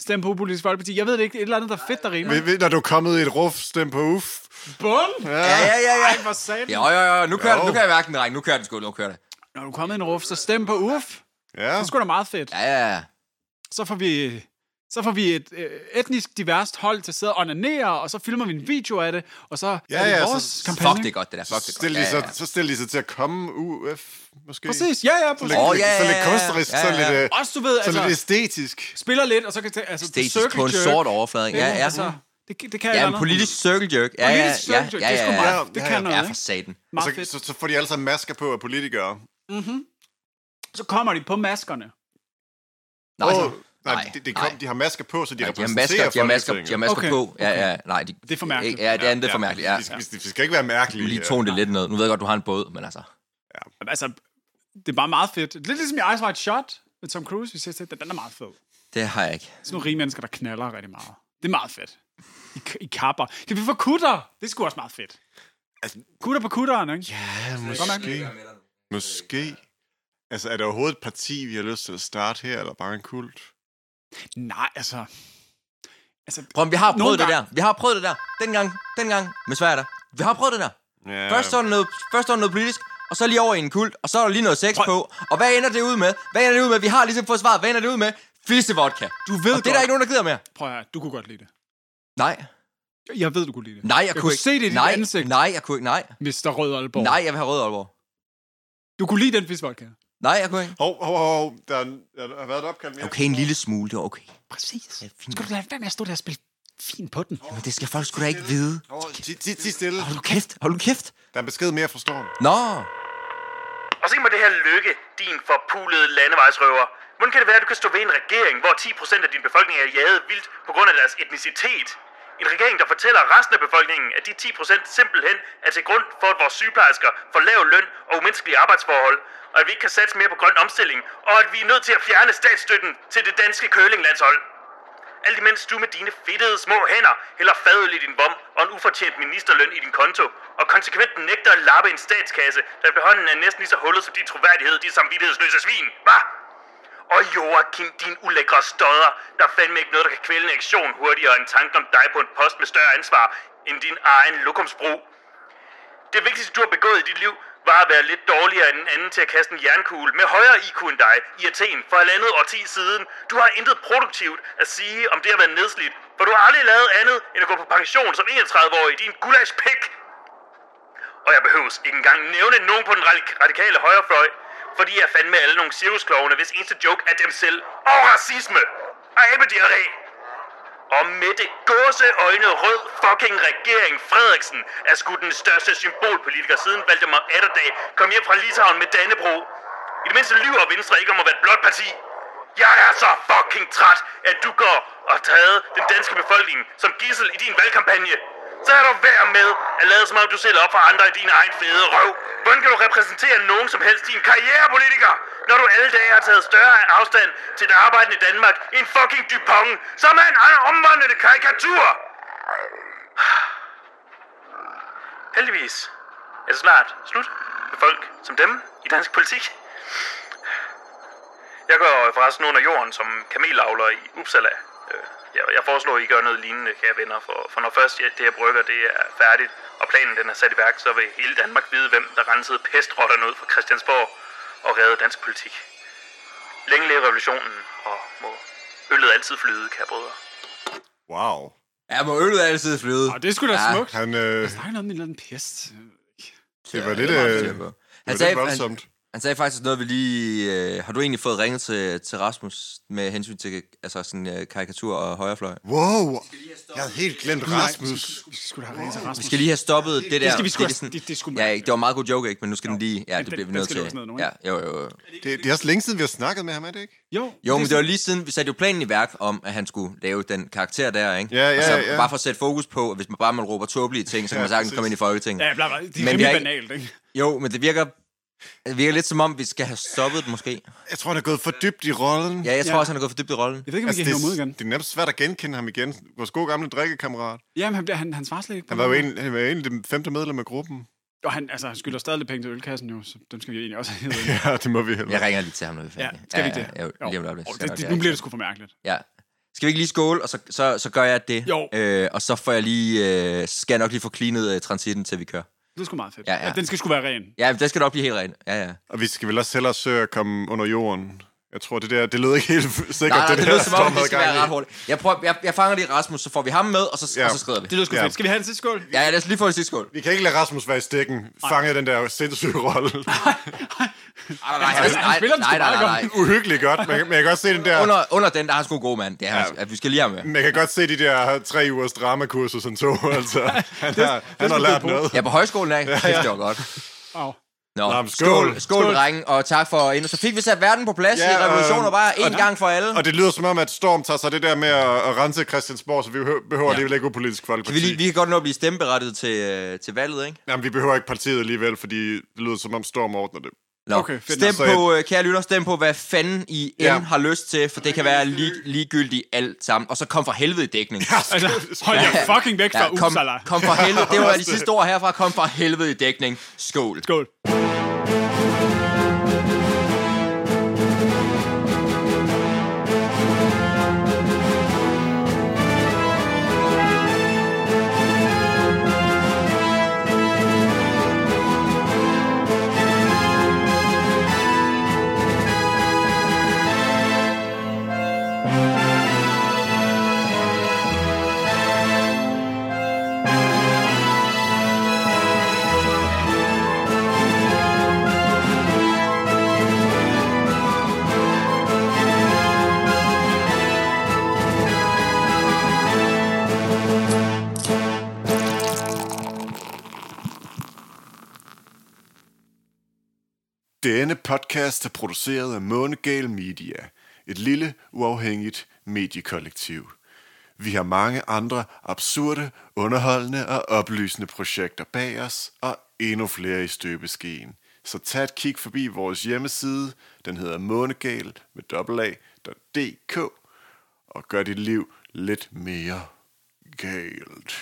A: stem på Politisk Folkeparti. Jeg ved det ikke, et eller andet, der er fedt, der rimer.
B: Ved- ved, Når du er kommet i et ruf, stem på uff.
A: Bum!
C: Ja, ja, ja, ja.
A: Ej, hvor satan.
C: Jo, jo, jo, nu kører,
B: Jo.
C: Det, nu kører jeg hverken, dreng. Nu kører det sgu, nu kører det.
A: Når du er kommet i en ruf, så stem på UF.
B: Ja.
A: Det er sgu da meget fedt.
C: Ja, ja, ja.
A: Så får vi, så får vi et øh, etnisk diverst hold til at sidde og onanere, og så filmer vi en video af det, og så ja, er det
B: ja,
A: vores
B: så-
A: kampagne.
C: Fuck, det er godt, det der. Fuck, det er
B: Stil
C: godt.
B: de
C: Ja, ja,
B: så, så stil de sig til at komme UF, måske.
A: Præcis, ja, ja, præcis.
B: Lidt,
C: Åh,
B: oh,
C: ja, ja,
B: Så
C: ja,
B: lidt
C: ja.
B: kunstnerisk,
C: Ja,
B: så
C: ja,
B: lidt,
C: ja.
B: øh,
A: Også, du ved,
B: så lidt
A: altså,
B: æstetisk.
A: spiller lidt, og så kan tage, altså, the
C: Statisk på
A: circle
C: en
A: jerk.
C: sort overflade. ikke?
A: Ja,
C: Ja, ja.
A: Altså, det, det kan jeg
C: Ja,
A: ikke
C: en
A: andet.
C: politisk circle jerk. Ja, ja, ja.
A: Politisk circle jerk,
C: ja,
A: det er sgu
C: ja, ja.
A: meget, det
B: Ja,
A: kan
B: ja.
A: noget,
C: Ja, for
A: ikke?
C: satan.
B: Og
A: Meget fedt.
B: Så, så, så får de alle sammen masker på af politikere.
A: Så kommer de på maskerne.
C: Nej,
B: Åh,
C: så-
B: nej, det, det kom,
C: nej.
B: de har masker på, så de
C: Nej, de har
B: repræsenterer
C: masker, de har masker, de
B: Folketinget.
C: har masker
A: Okay,
C: på. Ja, ja, nej. De,
A: Det er for mærkeligt.
C: Ja, det er, det er for mærkeligt. Ja.
B: De, skal- de skal ikke være mærkelige.
C: Lige
B: ja.
C: tone det lidt ned. Nu ved jeg godt, du har en båd, men altså...
A: Altså, det er bare meget fedt. Lidt ligesom i Ice White Shot med Tom Cruise, vi ser til. Den den er meget fed.
C: Det har jeg ikke.
A: Sådan nogle rige mennesker, der knaller rigtig meget. Det er meget fedt. I, I kapper. Kan vi få kutter? Det er sgu også meget fedt.
B: Altså-
A: Kutter på kutteren, ikke? Ja.
B: Ja, måske. Måske. Altså, er der overhovedet et parti, vi har lyst til at starte her, eller bare en kult?
A: Nej, altså... Altså,
C: Prøv, at- vi har prøvet
A: Nogle
C: det der.
A: gange-
C: Vi har prøvet det der. Dengang, dengang med Sverige der. Vi har prøvet det der.
B: Ja.
C: Først så er der noget, først så er der noget politisk, og så lige over i en kult, og så er der lige noget sex på. Og hvad ender det ud med? Hvad ender det ud med? Vi har ligesom fået svaret. Hvad ender det ud med? Fisse-vodka.
A: du ved
C: Og det er der ikke nogen, der gider mere.
A: Prøv at høre, du kunne godt lide det.
C: Nej.
A: Jeg ved, du kunne lide det.
C: Nej, jeg,
A: jeg
C: kunne ikke.
A: se det i dit
C: nej,
A: ansigt,
C: Nej, jeg kunne ikke. Nej.
A: Mr. Rød Aalborg.
C: Nej, jeg vil have rød Aalborg.
A: Du kunne lide den fiskvodka.
C: Nej, jeg kunne ikke.
B: Hov, hov, hov, der, er- der har været et opkald mere.
C: Okay, en lille smule, det var okay.
A: Præcis.
C: Ja, fint.
A: Skal du lade være med at stå der og spille fint på den?
C: Men det skal folk sgu da ikke vide.
B: Hov, ti, ti, ti stille.
C: Hold nu kæft, hold nu kæft.
B: Der er en besked mere fra Storm.
C: Nå,
D: Og se mig det her lykke, din forpulede landevejsrøver. Hvordan kan det være, at du kan stå ved en regering, hvor 10% af din befolkning er jaget vildt på grund af deres etnicitet? En regering, der fortæller resten af befolkningen, at de 10% simpelthen er til grund for, at vores sygeplejersker får lav løn og umenneskelige arbejdsforhold, og at vi ikke kan satse mere på grøn omstilling, og at vi er nødt til at fjerne statsstøtten til det danske curlinglandshold. Alt imens du med dine fedtede små hænder hælder fadøl i din vom og en ufortjent ministerløn i din konto, og konsekvent nægter at lappe en statskasse, der behånden er næsten lige så hullet som din troværdighed, de samvittighedsløse svin, hva? Og Joachim, din ulækre stodder, der er fandme ikke noget, der kan kvæle en aktion hurtigere end tanken om dig på en post med større ansvar end din egen lokumsbro. Det vigtigste, du har begået i dit liv, var at være lidt dårligere end en anden til at kaste en jernkugle med højere IQ end dig i Athen for halvandet årti siden. Du har intet produktivt at sige om det at være nedslidt, for du har aldrig lavet andet end at gå på pension som 31-årig, din gulasjpik. Og jeg behøves ikke engang nævne nogen på den radik- radikale højrefløj, for de er fandme alle nogle cirkusklovne, hvis eneste joke er dem selv. Og racisme! Og abediarré! Og med det gåseøjne rød fucking regering Frederiksen er sgu den største symbolpolitiker siden Valdemar Atterdag kom hjem fra Litauen med Dannebro. I det mindste lyver Venstre ikke om at være et blåt parti. Jeg er så fucking træt, at du går og tager den danske befolkning som gissel i din valgkampagne. Så er du værd med at lade som om du selv er op for andre i din egen fede røv. Hvordan kan du repræsentere nogen som helst din karrierepolitiker, når du alle dage har taget større afstand til det arbejdende Danmark end fucking Dupont, som er en omvandrende karikatur? <sighs> Heldigvis er det snart slut med folk som dem i dansk politik. Jeg går forresten under jorden som kamelavler i Uppsala. Øh, Jeg, jeg foreslår, at I gør noget lignende, kære venner, for, for når først det her brygger det er færdigt, og planen den er sat i værk, så vil hele Danmark vide, hvem der rensede pestrotterne ud fra Christiansborg og redde dansk politik. Længe leve revolutionen, og må øllet altid flyde, kære brødre.
B: Wow.
C: ja, må øllet altid flyde.
A: Og det skulle sgu da
C: Ja,
A: smukt.
B: Han, øh,
C: Altså-
A: Der er noget med en eller anden pest.
B: det var lidt,
C: er meget
B: øh,
C: sikker på.
B: var
C: Han
B: lidt
C: sagde, han,
B: voldsomt.
C: han sagde faktisk noget, vi lige... Øh, har du egentlig fået ringet til, til Rasmus med hensyn til altså sådan, øh, karikatur og højrefløj?
B: Wow. Jeg havde helt glemt Rasmus.
A: Vi skal sgu da have ringet til Rasmus.
C: Vi skal lige have stoppet det der.
A: skal vi sgu
C: er
A: have- det- det skulle
C: ja,
A: man-
C: ikke? det var en meget god joke, ikke? Men nu skal den lige... Ja, det
A: den-
C: bliver vi
A: den
C: nødt
A: skal
C: til.
A: lukkes ned nu,
C: Ja,
A: ikke?
C: jo, jo, jo.
B: Det, det er også længe siden, vi har snakket med ham, er det ikke?
A: Jo,
C: Jo, men det var
A: sådan-
C: lige siden, vi satte jo planen i værk om, at han skulle lave den karakter der, ikke?
B: Ja, ja,
C: altså,
B: ja.
C: Bare for at sætte fokus på, at hvis man bare man råber tåbelige ting, så kan man
B: Ja,
C: sagtens
B: præcis.
C: komme ind i Folketinget.
A: Ja, bla, bla. Det er
C: Men vi
A: rimelig
C: har ikke-
A: banalt, ikke?
C: Jo, men det virker, det virker lidt som om, vi skal have stoppet det måske.
B: Jeg tror, han er gået for dybt i rollen.
C: Ja, jeg tror
A: Ja.
C: også, han er gået for dybt i rollen.
A: Jeg ved ikke, om vi kan
B: Altså,
A: hæve
B: det,
A: ham ud igen.
B: det er nærmest svært at genkende ham igen. Vores gode gamle drikkekammerat.
A: Jamen, han, bliver- han, han svarer slet ikke. på
B: Han var jo
A: det.
B: en, han var en af de femte medlem af gruppen.
A: Og han, altså, han skylder stadig lidt penge til ølkassen jo, så dem skal vi egentlig også have.
B: <laughs> ja, det må vi heller.
C: Jeg ringer lige til ham, når vi er
A: Ja,
C: færdige.
A: skal vi ikke det?
C: Ja, ja, jo, lige om et øjeblik.
A: Jo.
C: Skal
A: det,
C: nok
A: det,
C: være
A: nu
C: rigtigt.
A: bliver det sgu for mærkeligt.
C: Ja. Skal vi ikke lige skåle, og så, så, så gør jeg det?
A: Jo.
C: Øh, og så får jeg lige, øh, skal jeg nok lige få cleanet øh, transitten, til vi kører.
A: Det er sgu meget fedt.
C: Ja, ja.
A: den skal sgu være ren.
C: Ja, det skal nok blive helt rent. Ja, ja.
B: Og vi skal vel også hellere søge at komme under jorden. Jeg tror, det der, det lød ikke helt <laughs> sikkert,
C: Nej, nej, det,
B: det,
C: lyder som om,
B: Storm
C: det
B: havde
C: skal
B: gang
C: være
B: i.
C: ret hurtigt. Jeg, prøver, jeg, jeg fanger lige Rasmus, så får vi ham med, og så, ja.
B: Ja.
C: og så skrider vi.
A: Det lyder sgu
B: Ja.
A: fedt. Skal vi have en sidste skål?
C: Ja, ja, lad os lige få en sidste skål.
B: Vi kan ikke lade Rasmus være i stikken. Fange den der sindssyge
C: <laughs>
B: rolle.
C: Ej, nej,
A: Han- han spiller den sgu meget
B: <laughs> Uhyggeligt godt, men, men jeg kan godt se den der...
C: Under, under den, der er han sgu en god mand. Det er, ja.
B: Ja.
C: at vi skal lige have med.
B: Men jeg kan godt se de der tre ugers dramakursus, han tog, <laughs> altså. Han har, han har
A: skulle
B: lært
A: blive
B: noget.
C: Ja, på højskolen er ikke. Ja, ja. det var godt.
A: Au.
C: Nå,
B: Nå, men
C: skål.
B: skål.
C: Skål,
A: Skål.
C: skål drenge, og tak for ind. Så fik vi sat verden på plads ja,
B: Ja, øhm,
C: i revolutioner
B: og-
C: bare en gang for alle.
B: Og det lyder som om, at Storm tager sig det der med at, at rense Christiansborg, så vi behøver- behøver
C: Ja.
B: ja. alligevel ikke upolitisk
C: Kan
B: folkeparti.
C: vi, lige, vi kan godt nå at blive stemmeberettiget til, øh, til valget, ikke?
B: Jamen, vi behøver ikke partiet alligevel, fordi det lyder som om Storm ordner det.
C: Nå,
A: Okay, fedt.
C: stem
B: Så
C: på, øh, kære lytter, stem på, hvad fanden I end
B: Altså, Ja.
C: har lyst til, for det kan være lig, ligegyldigt alt sammen. Og så kom for helvede i
B: <laughs>
C: dækning.
A: Altså, hold jer fucking væk fra ja,
C: kom,
A: Uppsala.
C: kom for helvede.
A: <laughs>
C: Det var de sidste ord herfra. Kom for helvede i dækning. Skål.
A: Skål.
B: Denne podcast er produceret af Månegal Media, et lille, uafhængigt mediekollektiv. Vi har mange andre absurde, underholdende og oplysende projekter bag os, og endnu flere i støbeskeen. Så tag et kig forbi vores hjemmeside, den hedder månegal med dobbeltag.dk, og gør dit liv lidt mere galt.